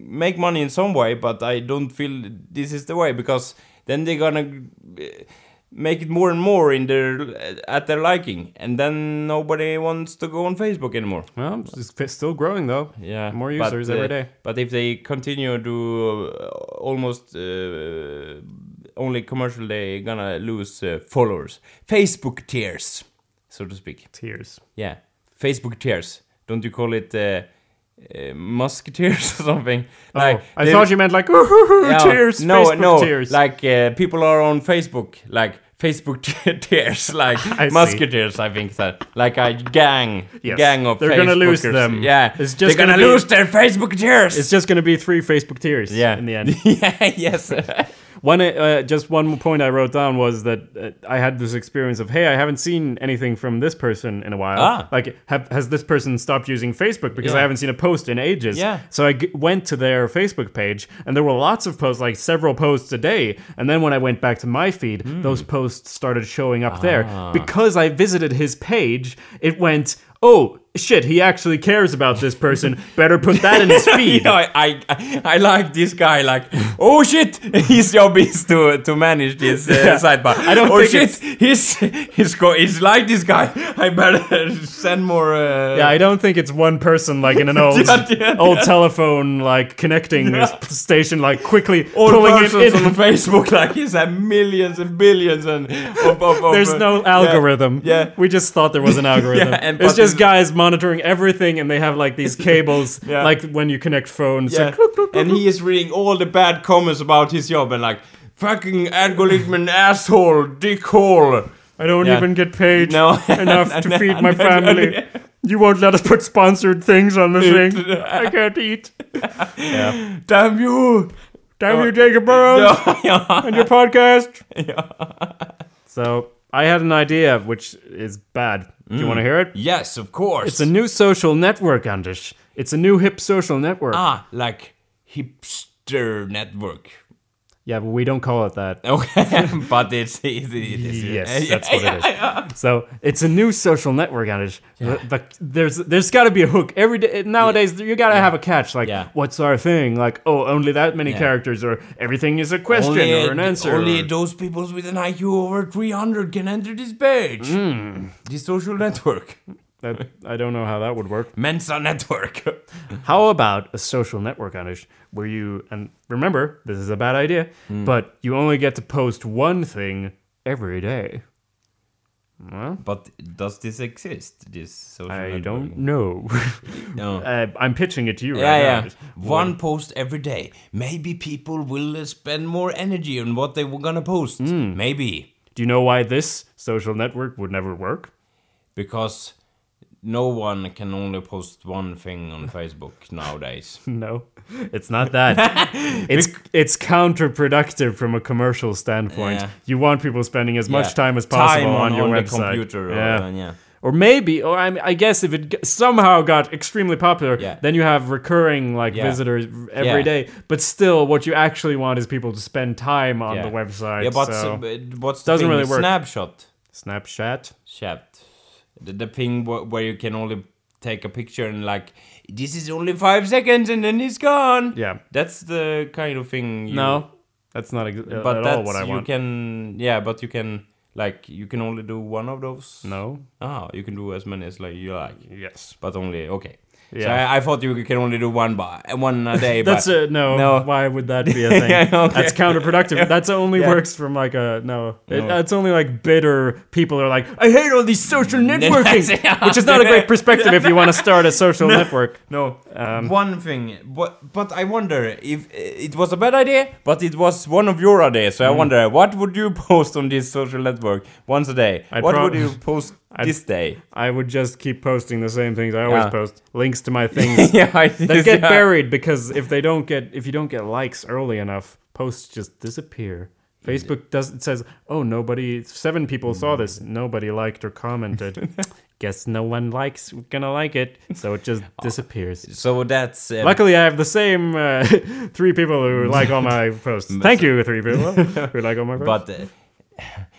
Speaker 2: make money in some way, but I don't feel this is the way because then they're gonna uh, make it more and more in their uh, at their liking, and then nobody wants to go on Facebook anymore.
Speaker 1: Well, it's f- still growing though.
Speaker 2: Yeah,
Speaker 1: More
Speaker 2: but,
Speaker 1: users
Speaker 2: uh,
Speaker 1: every day.
Speaker 2: But if they continue to uh, almost uh, only commercial, they're gonna lose uh, followers, Facebook tiers, so to speak.
Speaker 1: Tears.
Speaker 2: Yeah, Facebook tears. Don't you call it uh, uh, musketeers or something? Like
Speaker 1: oh, I
Speaker 2: they-
Speaker 1: thought you meant like ooh,
Speaker 2: Yeah,
Speaker 1: tears.
Speaker 2: No,
Speaker 1: Facebook
Speaker 2: no.
Speaker 1: tears.
Speaker 2: Like uh, people are on Facebook, like Facebook te- tears, like
Speaker 1: I see.
Speaker 2: musketeers. I think that, like a gang,
Speaker 1: Yes.
Speaker 2: gang of.
Speaker 1: They're gonna lose
Speaker 2: Facebookers.
Speaker 1: them.
Speaker 2: Yeah,
Speaker 1: It's just
Speaker 2: they're gonna,
Speaker 1: gonna be-
Speaker 2: lose their Facebook tears.
Speaker 1: it's just going to be three Facebook tears.
Speaker 2: yeah,
Speaker 1: In the end.
Speaker 2: yeah, yes.
Speaker 1: One, uh, just one point I wrote down was that uh, I had this experience of, hey, I haven't seen anything from this person in a while.
Speaker 2: Ah.
Speaker 1: Like, have, has this person stopped using Facebook because I
Speaker 2: Yeah.
Speaker 1: haven't seen a post in ages?
Speaker 2: Yeah.
Speaker 1: So I g- went to their Facebook page, and there were lots of posts, like several posts a day. And then when I went back to my feed,
Speaker 2: Hmm.
Speaker 1: those posts started showing up there
Speaker 2: Ah.
Speaker 1: because I visited his page. It went, oh. Shit, he actually cares about this person. Better put that in his feed.
Speaker 2: You know, I, I I like this guy. Like, oh shit, his job is to to manage this uh,
Speaker 1: Yeah.
Speaker 2: sidebar.
Speaker 1: I don't
Speaker 2: oh
Speaker 1: think
Speaker 2: shit, he's he's go, he's like this guy. I better send more. Uh,
Speaker 1: Yeah, I don't think it's one person like in an old
Speaker 2: Yeah, yeah,
Speaker 1: old telephone like connecting s- station like quickly
Speaker 2: all
Speaker 1: pulling it
Speaker 2: persons
Speaker 1: in.
Speaker 2: on Facebook. Like, he's had millions and billions and. Of, of, of,
Speaker 1: There's
Speaker 2: uh,
Speaker 1: no
Speaker 2: yeah,
Speaker 1: algorithm.
Speaker 2: Yeah.
Speaker 1: we just thought there was an algorithm.
Speaker 2: and
Speaker 1: it's just
Speaker 2: buttons.
Speaker 1: guys monitoring everything, and they have like these cables,
Speaker 2: Yeah.
Speaker 1: like when you connect phones.
Speaker 2: Yeah.
Speaker 1: like, bloop, bloop, bloop,
Speaker 2: and
Speaker 1: bloop.
Speaker 2: he is reading all the bad comments about his job and like fucking algorithm asshole dickhole.
Speaker 1: I don't
Speaker 2: Yeah.
Speaker 1: even get paid
Speaker 2: No.
Speaker 1: enough to feed my family.
Speaker 2: Yeah.
Speaker 1: You won't let us put sponsored things on the thing. I can't eat.
Speaker 2: Damn you! Oh.
Speaker 1: Damn you, Jacob Burrows. and your podcast. So I had an idea, which is bad. Do you want to hear it?
Speaker 2: Mm. Yes, of course.
Speaker 1: It's a new social network, Anders. It's a new hip social network.
Speaker 2: Ah, like hipster network.
Speaker 1: Yeah, but we don't call it that.
Speaker 2: Okay, but it's it, it is-
Speaker 1: Yes,
Speaker 2: Oh, yeah,
Speaker 1: that's what it is. So it's a new social network, Anders. The, the, there's there's got to be a hook every day nowadays. You got to have a catch, like
Speaker 2: Yeah.
Speaker 1: what's our thing? Like oh, only that many characters, or everything is a question
Speaker 2: Only,
Speaker 1: or an answer.
Speaker 2: only
Speaker 1: or-
Speaker 2: those people
Speaker 1: Hmm.
Speaker 2: with an IQ over 300 can enter this page. This social network.
Speaker 1: That, I don't know how that would work.
Speaker 2: Mensa Network.
Speaker 1: How about a social network, Anish, where you, and remember, this is a bad idea,
Speaker 2: Hmm.
Speaker 1: but you only get to post one thing every day?
Speaker 2: but does this exist? This social
Speaker 1: I
Speaker 2: network?
Speaker 1: don't know.
Speaker 2: No.
Speaker 1: uh, I'm pitching it to you right
Speaker 2: yeah,
Speaker 1: now.
Speaker 2: yeah. One post every day. Maybe people will uh, spend more energy on what they were gonna post.
Speaker 1: Hmm.
Speaker 2: Maybe
Speaker 1: Do you know why this social network would never work?
Speaker 2: because no one can only post one thing on Facebook nowadays.
Speaker 1: No, it's not that. it's it's counterproductive from a commercial standpoint.
Speaker 2: Yeah.
Speaker 1: You want people spending as much
Speaker 2: Yeah.
Speaker 1: time as possible
Speaker 2: Time
Speaker 1: on,
Speaker 2: on,
Speaker 1: your
Speaker 2: on the
Speaker 1: website.
Speaker 2: computer. Or,
Speaker 1: yeah.
Speaker 2: uh, yeah.
Speaker 1: Or maybe, or I, mean, I guess if it g- somehow got extremely popular,
Speaker 2: Yeah.
Speaker 1: then you have recurring like
Speaker 2: Yeah.
Speaker 1: visitors every
Speaker 2: Yeah.
Speaker 1: day. But still, what you actually want is people to spend time on
Speaker 2: yeah.
Speaker 1: the website.
Speaker 2: Yeah, but
Speaker 1: so-
Speaker 2: s- but what's the
Speaker 1: doesn't
Speaker 2: thing
Speaker 1: really
Speaker 2: with
Speaker 1: work.
Speaker 2: Snapshot.
Speaker 1: Snapchat.
Speaker 2: Chat. The, the thing wh- where you can only take a picture and like this is only five seconds and then it's gone.
Speaker 1: Yeah.
Speaker 2: That's the kind of thing. You,
Speaker 1: No, that's not ex- at
Speaker 2: but that's
Speaker 1: all what I
Speaker 2: you
Speaker 1: want.
Speaker 2: can yeah, but you can like you can only do one of those.
Speaker 1: no.
Speaker 2: Ah, you can do as many as like you like,
Speaker 1: Yes.
Speaker 2: but only okay. So
Speaker 1: Yeah.
Speaker 2: I, I thought you can only do one bar one a day.
Speaker 1: That's a
Speaker 2: but
Speaker 1: no,
Speaker 2: No.
Speaker 1: Why would that be a thing?
Speaker 2: Yeah, okay.
Speaker 1: That's counterproductive. That's only
Speaker 2: Yeah.
Speaker 1: works from like a no. It, that's only like bitter people are like, I hate all these social networking,
Speaker 2: yeah.
Speaker 1: which is not a great perspective if you want to start a social network. Um,
Speaker 2: No, one thing. But but I wonder if it was a bad idea. But it was one of your ideas.
Speaker 1: Mm.
Speaker 2: So I wonder what would you post on this social network once a day?
Speaker 1: I'd
Speaker 2: what
Speaker 1: prob-
Speaker 2: would you post this day?
Speaker 1: I would just keep posting the same things I always
Speaker 2: Yeah.
Speaker 1: post. Links to my things
Speaker 2: yeah, I
Speaker 1: that get
Speaker 2: yeah.
Speaker 1: buried because if they don't get if you don't get likes early enough, posts just disappear. Facebook does it says, "Oh, nobody seven people saw this.
Speaker 2: Mm.
Speaker 1: Nobody liked or commented." Guess no one likes gonna like it, so it just
Speaker 2: Oh,
Speaker 1: disappears.
Speaker 2: So that's uh,
Speaker 1: Luckily, I have the same uh, three people
Speaker 2: Mm.
Speaker 1: who like all my posts. Thank you, three people who like all my posts.
Speaker 2: but uh,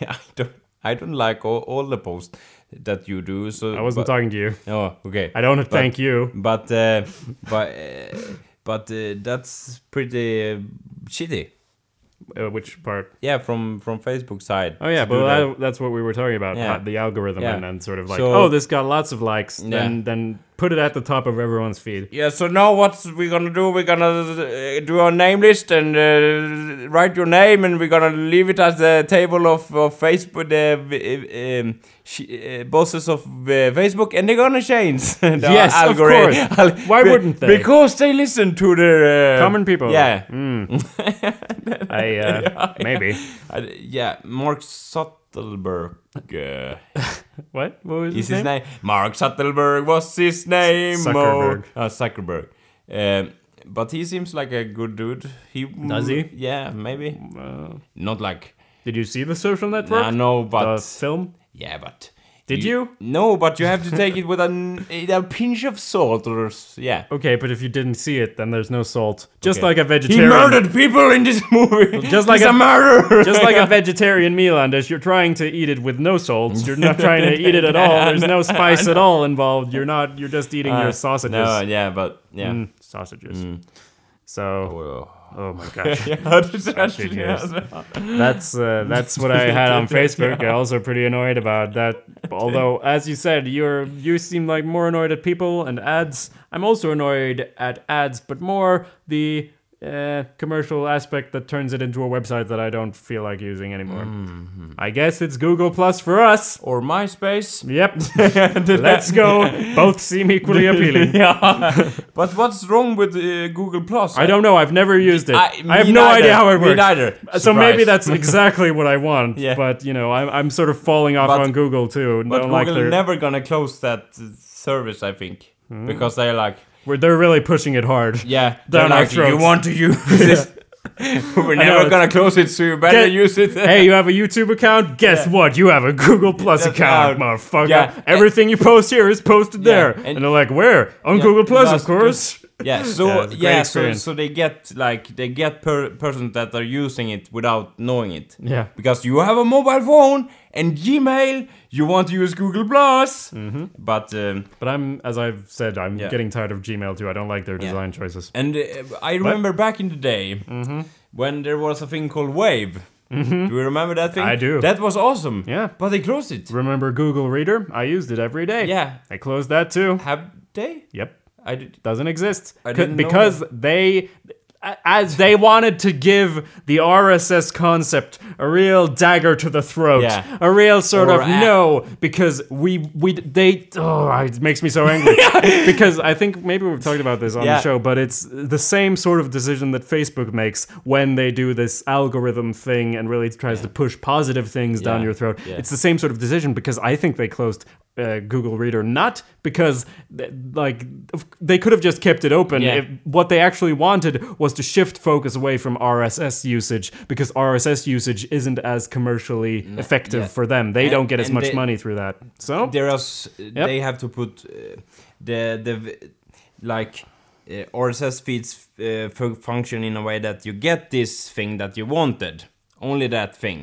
Speaker 2: I don't I don't like all, all the posts that you do. So
Speaker 1: I wasn't
Speaker 2: but,
Speaker 1: talking to you.
Speaker 2: Oh, okay.
Speaker 1: I don't thank you.
Speaker 2: But uh, but uh, but uh, that's pretty uh, shitty.
Speaker 1: Uh, which part?
Speaker 2: Yeah, from from Facebook side.
Speaker 1: Oh yeah,
Speaker 2: to do
Speaker 1: but
Speaker 2: that.
Speaker 1: that, that's what we were talking about,
Speaker 2: Yeah.
Speaker 1: uh, the algorithm
Speaker 2: Yeah.
Speaker 1: and, and sort of like,
Speaker 2: So-
Speaker 1: oh, this got lots of likes,
Speaker 2: Yeah.
Speaker 1: then then put it at the top of everyone's feed.
Speaker 2: Yeah, so now what we're gonna do, we're gonna uh, do our name list and uh, write your name, and we're gonna leave it at the table of, of Facebook, the uh, um, sh- uh, bosses of uh, Facebook, and they're gonna change. the
Speaker 1: Yes, of
Speaker 2: algorithm.
Speaker 1: course. Why wouldn't they?
Speaker 2: Because they listen to their. Uh,
Speaker 1: Common people. Mm.
Speaker 2: Yeah.
Speaker 1: I uh, maybe
Speaker 2: Uh, yeah, Mark Zuckerberg. Uh,
Speaker 1: what? What was
Speaker 2: is
Speaker 1: his,
Speaker 2: his
Speaker 1: name?
Speaker 2: name? Mark Zuckerberg was his name.
Speaker 1: Zuckerberg.
Speaker 2: Oh, uh, Zuckerberg. Um, but he seems like a good dude. He
Speaker 1: Does he?
Speaker 2: Yeah, maybe.
Speaker 1: Uh,
Speaker 2: Not like
Speaker 1: did you see the social network?
Speaker 2: I know, but
Speaker 1: the film.
Speaker 2: yeah, but.
Speaker 1: Did you?
Speaker 2: No, but you have to take it with an, a pinch of salt, or s- yeah.
Speaker 1: Okay, but if you didn't see it, then there's no salt. Just
Speaker 2: Okay.
Speaker 1: like a
Speaker 2: He
Speaker 1: vegetarian.
Speaker 2: murdered people in this movie.
Speaker 1: Just like
Speaker 2: He's
Speaker 1: a-
Speaker 2: a, murderer.
Speaker 1: Just like a vegetarian meal, Anders, you're trying to eat it with no salt. You're not trying to eat it at all. There's no spice at all involved. You're not. You're just eating
Speaker 2: Uh,
Speaker 1: your sausages.
Speaker 2: No, yeah, but yeah.
Speaker 1: Mm, sausages. So,
Speaker 2: Well,
Speaker 1: oh my gosh.
Speaker 2: how does that-
Speaker 1: Sausage, yes. That's uh, that's what I had on Facebook. I also pretty annoyed about that. Although, as you said, you're you seem like more annoyed at people and ads. I'm also annoyed at ads, but more the uh, commercial aspect that turns it into a website that I don't feel like using anymore.
Speaker 2: Mm-hmm.
Speaker 1: I guess it's Google Plus for us.
Speaker 2: Or MySpace.
Speaker 1: Yep. Let's go. Both seem equally appealing.
Speaker 2: yeah. but what's wrong with uh, Google Plus?
Speaker 1: I don't know. I've never used it. I,
Speaker 2: I-
Speaker 1: have
Speaker 2: me
Speaker 1: no
Speaker 2: neither.
Speaker 1: idea how it
Speaker 2: Me
Speaker 1: works.
Speaker 2: neither.
Speaker 1: Uh, So maybe
Speaker 2: Surprise.
Speaker 1: that's exactly what I want.
Speaker 2: Yeah.
Speaker 1: But you know, I'm, I'm sort of falling off
Speaker 2: But-
Speaker 1: on Google too.
Speaker 2: But
Speaker 1: Don't
Speaker 2: Google
Speaker 1: like their-
Speaker 2: never gonna close that uh, service, I think,
Speaker 1: Hmm.
Speaker 2: because they're like,
Speaker 1: where they're really pushing it hard.
Speaker 2: yeah,
Speaker 1: Down
Speaker 2: they're
Speaker 1: our
Speaker 2: like, you
Speaker 1: throats."
Speaker 2: want to use this. We're never
Speaker 1: it's-
Speaker 2: gonna close it, so you better
Speaker 1: Get-
Speaker 2: use it.
Speaker 1: Hey, you have a YouTube account? Guess what? You have a Google Plus
Speaker 2: That's
Speaker 1: account,
Speaker 2: out.
Speaker 1: motherfucker.
Speaker 2: Yeah.
Speaker 1: Everything you post here is posted there. And,
Speaker 2: And-
Speaker 1: they're like, where? On Google Plus, of
Speaker 2: Plus,
Speaker 1: course.
Speaker 2: yeah,
Speaker 1: Yeah,
Speaker 2: so
Speaker 1: it's a great
Speaker 2: yeah, so,
Speaker 1: experience.
Speaker 2: so they get like they get per persons that are using it without knowing it.
Speaker 1: Yeah.
Speaker 2: because you have a mobile phone and Gmail, you want to use Google Plus, mm-hmm. but. Um,
Speaker 1: But I'm, as I've said, I'm
Speaker 2: Yeah.
Speaker 1: getting tired of Gmail too. I don't like their design choices. Mm-hmm.
Speaker 2: And uh, I remember back in the day when there was a thing called Wave, Do you remember that thing?
Speaker 1: I do.
Speaker 2: That was awesome.
Speaker 1: Yeah.
Speaker 2: But they closed it.
Speaker 1: Remember Google Reader? I used it every day.
Speaker 2: Yeah.
Speaker 1: They closed that too.
Speaker 2: Have they?
Speaker 1: Yep.
Speaker 2: I did.
Speaker 1: doesn't exist
Speaker 2: I
Speaker 1: C-
Speaker 2: didn't know
Speaker 1: because they a- as they wanted to give the RSS concept a real dagger to the throat,
Speaker 2: Yeah.
Speaker 1: a real sort
Speaker 2: Or
Speaker 1: of
Speaker 2: a-
Speaker 1: no, because we we they oh it makes me so angry because I think maybe we've talked about this on
Speaker 2: Yeah.
Speaker 1: the show, but it's the same sort of decision that Facebook makes when they do this algorithm thing and really tries to push positive things down
Speaker 2: Yeah.
Speaker 1: your throat.
Speaker 2: Yeah.
Speaker 1: It's the same sort of decision because I think they closed uh, Google Reader not because th- like of- they could have just kept it open.
Speaker 2: Yeah.
Speaker 1: If what they actually wanted was to shift focus away from RSS usage because RSS usage isn't as commercially effective
Speaker 2: Mm, yeah.
Speaker 1: for them. They
Speaker 2: And-
Speaker 1: don't get as
Speaker 2: and
Speaker 1: much
Speaker 2: they-
Speaker 1: money through that. So
Speaker 2: there is they have to put uh, the the v- like uh, RSS feeds uh, fu- function in a way that you get this thing that you wanted, only that thing,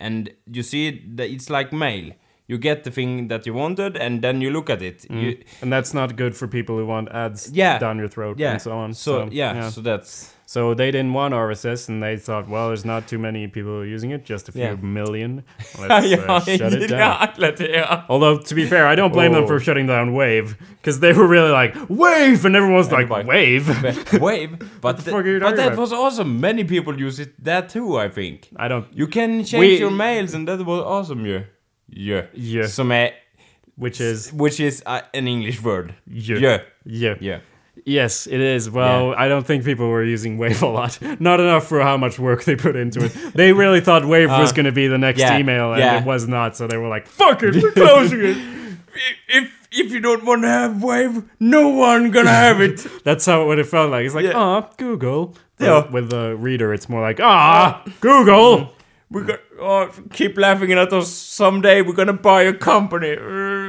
Speaker 2: and you see that it's like mail. You get the thing that you wanted, and then you look at it. You,
Speaker 1: and that's not good for people who want ads
Speaker 2: Yeah.
Speaker 1: down your throat
Speaker 2: yeah.
Speaker 1: and so on.
Speaker 2: So, yeah, So that's
Speaker 1: So they didn't want RSS, and they thought, well, there's not too many people using it, just a few
Speaker 2: Yeah.
Speaker 1: million. Let's uh, shut it down.
Speaker 2: yeah, let- yeah.
Speaker 1: Although to be fair, I don't blame them
Speaker 2: Oh.
Speaker 1: for shutting down Wave because they were really like Wave, and everyone's like
Speaker 2: Everybody-
Speaker 1: Wave.
Speaker 2: Wave, but th-
Speaker 1: fuck are you talking
Speaker 2: but that
Speaker 1: about?
Speaker 2: was awesome. Many people use it that too. I think.
Speaker 1: I don't.
Speaker 2: You can change
Speaker 1: We-
Speaker 2: your mails, and that was awesome. Yeah, yeah,
Speaker 1: Yeah.
Speaker 2: Som är,
Speaker 1: Which is
Speaker 2: which is uh, an English word.
Speaker 1: yeah,
Speaker 2: yeah,
Speaker 1: yeah.
Speaker 2: yeah.
Speaker 1: Yes, it is. Well, I don't think people were using Wave a lot. Not enough for how much work they put into it. They really thought Wave was going to be the next
Speaker 2: Uh, yeah,
Speaker 1: email, and
Speaker 2: yeah.
Speaker 1: it was not. So they were like, "Fuck it, we're closing it."
Speaker 2: If if you don't want to have wave, no one gonna have it.
Speaker 1: That's how what it felt like. It's like,
Speaker 2: Yeah.
Speaker 1: ah, Google. But
Speaker 2: Yeah.
Speaker 1: With the reader, it's more like, ah, Google.
Speaker 2: We got oh, keep laughing at us. Someday we're gonna buy a company.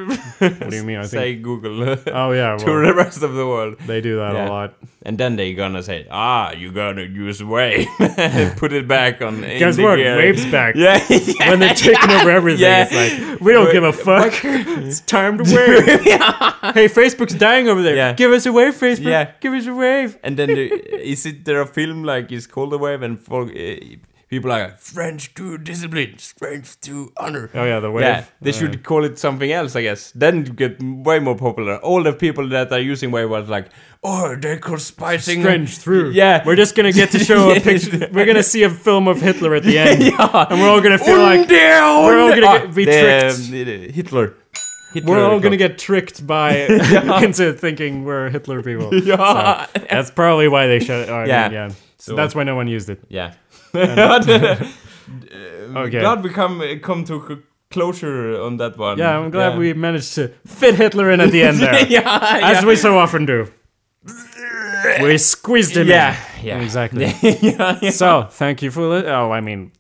Speaker 1: What do you mean? I
Speaker 2: say
Speaker 1: think.
Speaker 2: Google
Speaker 1: Oh yeah,
Speaker 2: to
Speaker 1: well,
Speaker 2: the rest of the world,
Speaker 1: they do that a
Speaker 2: Yeah.
Speaker 1: lot.
Speaker 2: and then they gonna say, ah, you gonna use wave, put it back on. in
Speaker 1: Guess
Speaker 2: the
Speaker 1: what?
Speaker 2: gear.
Speaker 1: Wave's back.
Speaker 2: Yeah, yeah.
Speaker 1: when they're taking over everything.
Speaker 2: Yeah.
Speaker 1: It's like, we don't give a fuck. it's time to wave. Hey, Facebook's dying over there.
Speaker 2: Yeah.
Speaker 1: Give us a wave, Facebook.
Speaker 2: Yeah.
Speaker 1: Give us a wave.
Speaker 2: And then the, is it there a film like is called the wave and folk, uh, people are like, French to discipline, strength to honor.
Speaker 1: Oh, yeah, the wave. Uh,
Speaker 2: Yeah, they should call it something else, I guess. Then it get way more popular. All the people that are using wave was like, oh, they're conspiring.
Speaker 1: Strange through.
Speaker 2: Yeah.
Speaker 1: We're just going to get to show a
Speaker 2: Yes.
Speaker 1: picture. We're going to see a film of Hitler at the end.
Speaker 2: Yeah.
Speaker 1: And we're all going to feel like.
Speaker 2: we're
Speaker 1: all gonna
Speaker 2: Ah,
Speaker 1: get- be tricked.
Speaker 2: Hitler. Hitler.
Speaker 1: We're all gonna get tricked by into thinking we're Hitler people.
Speaker 2: Yeah.
Speaker 1: So, that's probably why they shut. Oh, I mean,
Speaker 2: Yeah.
Speaker 1: yeah,
Speaker 2: So-
Speaker 1: So that's why no one used it.
Speaker 2: Yeah. okay.
Speaker 1: Okay.
Speaker 2: Glad we come uh, come to c- closure on that one.
Speaker 1: Yeah, I'm glad we managed to fit Hitler in at the end there,
Speaker 2: yeah,
Speaker 1: as
Speaker 2: yeah.
Speaker 1: we so often do. We squeezed him.
Speaker 2: Yeah,
Speaker 1: in.
Speaker 2: yeah.
Speaker 1: exactly. So, thank you for. Li- oh, I mean,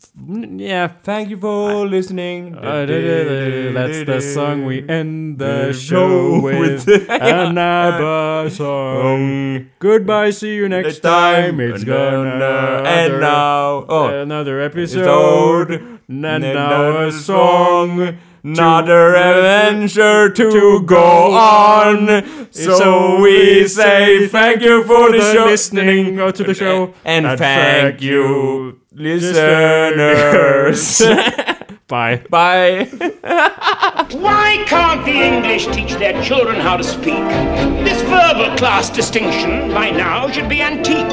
Speaker 1: yeah. uh,
Speaker 2: Thank you for listening.
Speaker 1: Ah, That's the song we end the show with. Another song. Goodbye. See you next
Speaker 2: Um, Next time
Speaker 1: time. It's
Speaker 2: gonna
Speaker 1: gonna
Speaker 2: and now oh
Speaker 1: another
Speaker 2: old.
Speaker 1: episode. And now
Speaker 2: another
Speaker 1: a song.
Speaker 2: song another adventure to go on so we say thank you for the
Speaker 1: the
Speaker 2: show
Speaker 1: listening uh, to the show
Speaker 2: and thank you listeners
Speaker 1: Bye.
Speaker 2: bye
Speaker 3: Why can't the English teach their children how to speak? This verbal class distinction by now should be antique.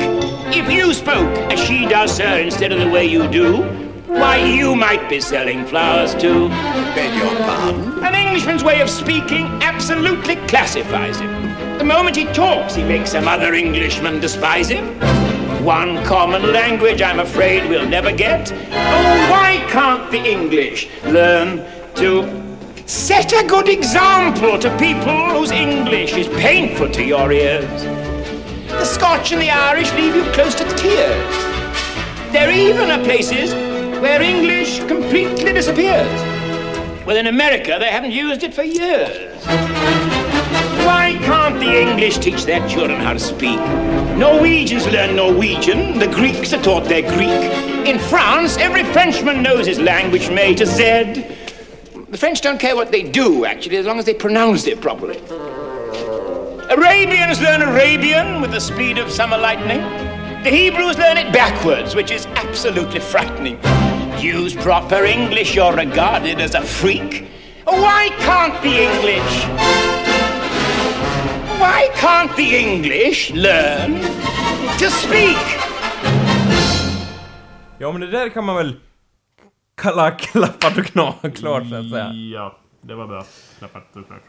Speaker 3: If you spoke as she does her instead of the way you do, why, you might be selling flowers too. Beg your pardon? An Englishman's way of speaking absolutely classifies him. The moment he talks, he makes some other Englishman despise him. One common language I'm afraid we'll never get. Oh, why can't the English learn to set a good example to people whose English is painful to your ears? The Scotch and the Irish leave you close to tears. There even are places where English completely disappears. Well, in America, they haven't used it for years. Why can't the English teach their children how to speak? Norwegians learn Norwegian, the Greeks are taught their Greek. In France, every Frenchman knows his language from A to Z. The French don't care what they do, actually, as long as they pronounce it properly. Arabians learn Arabian with the speed of summer lightning. The Hebrews learn it backwards, which is absolutely frightening. use proper English, you're regarded as a freak. Why can't the English? Why can't the English learn to speak?
Speaker 2: Ja men det där kan man väl kalla klappat och knappt klart så att säga.
Speaker 1: Ja, det var bra. Klappat och klart.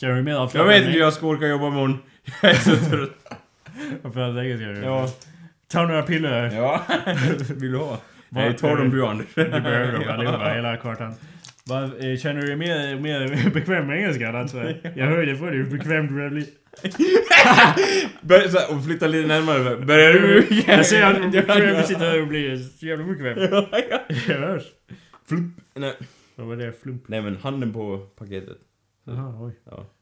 Speaker 1: Kör vi mer
Speaker 2: Jag vet inte hur jag ska orka jobba imorgon. Jag är så trött.
Speaker 1: Jag pratar engelska. Ta några piller.
Speaker 2: Ja. Vill du ha? Nej, ta dem du Anders.
Speaker 1: Du behöver dem allihopa, hela kartan. Vad, eh, Känner du dig mer, mer bekväm med engelskan alltså? Jag hörde på dig hur bekväm du börjar bli.
Speaker 2: Börja så här, och flytta lite närmare. Börjar du?
Speaker 1: Jag ser att du bekväm sitter här och blir så jävla bekväm. Jag hörs.
Speaker 2: Flupp. Nej.
Speaker 1: Vad var det? Flump?
Speaker 2: Nej men handen på paketet.
Speaker 1: Jaha, oj.
Speaker 2: Ja.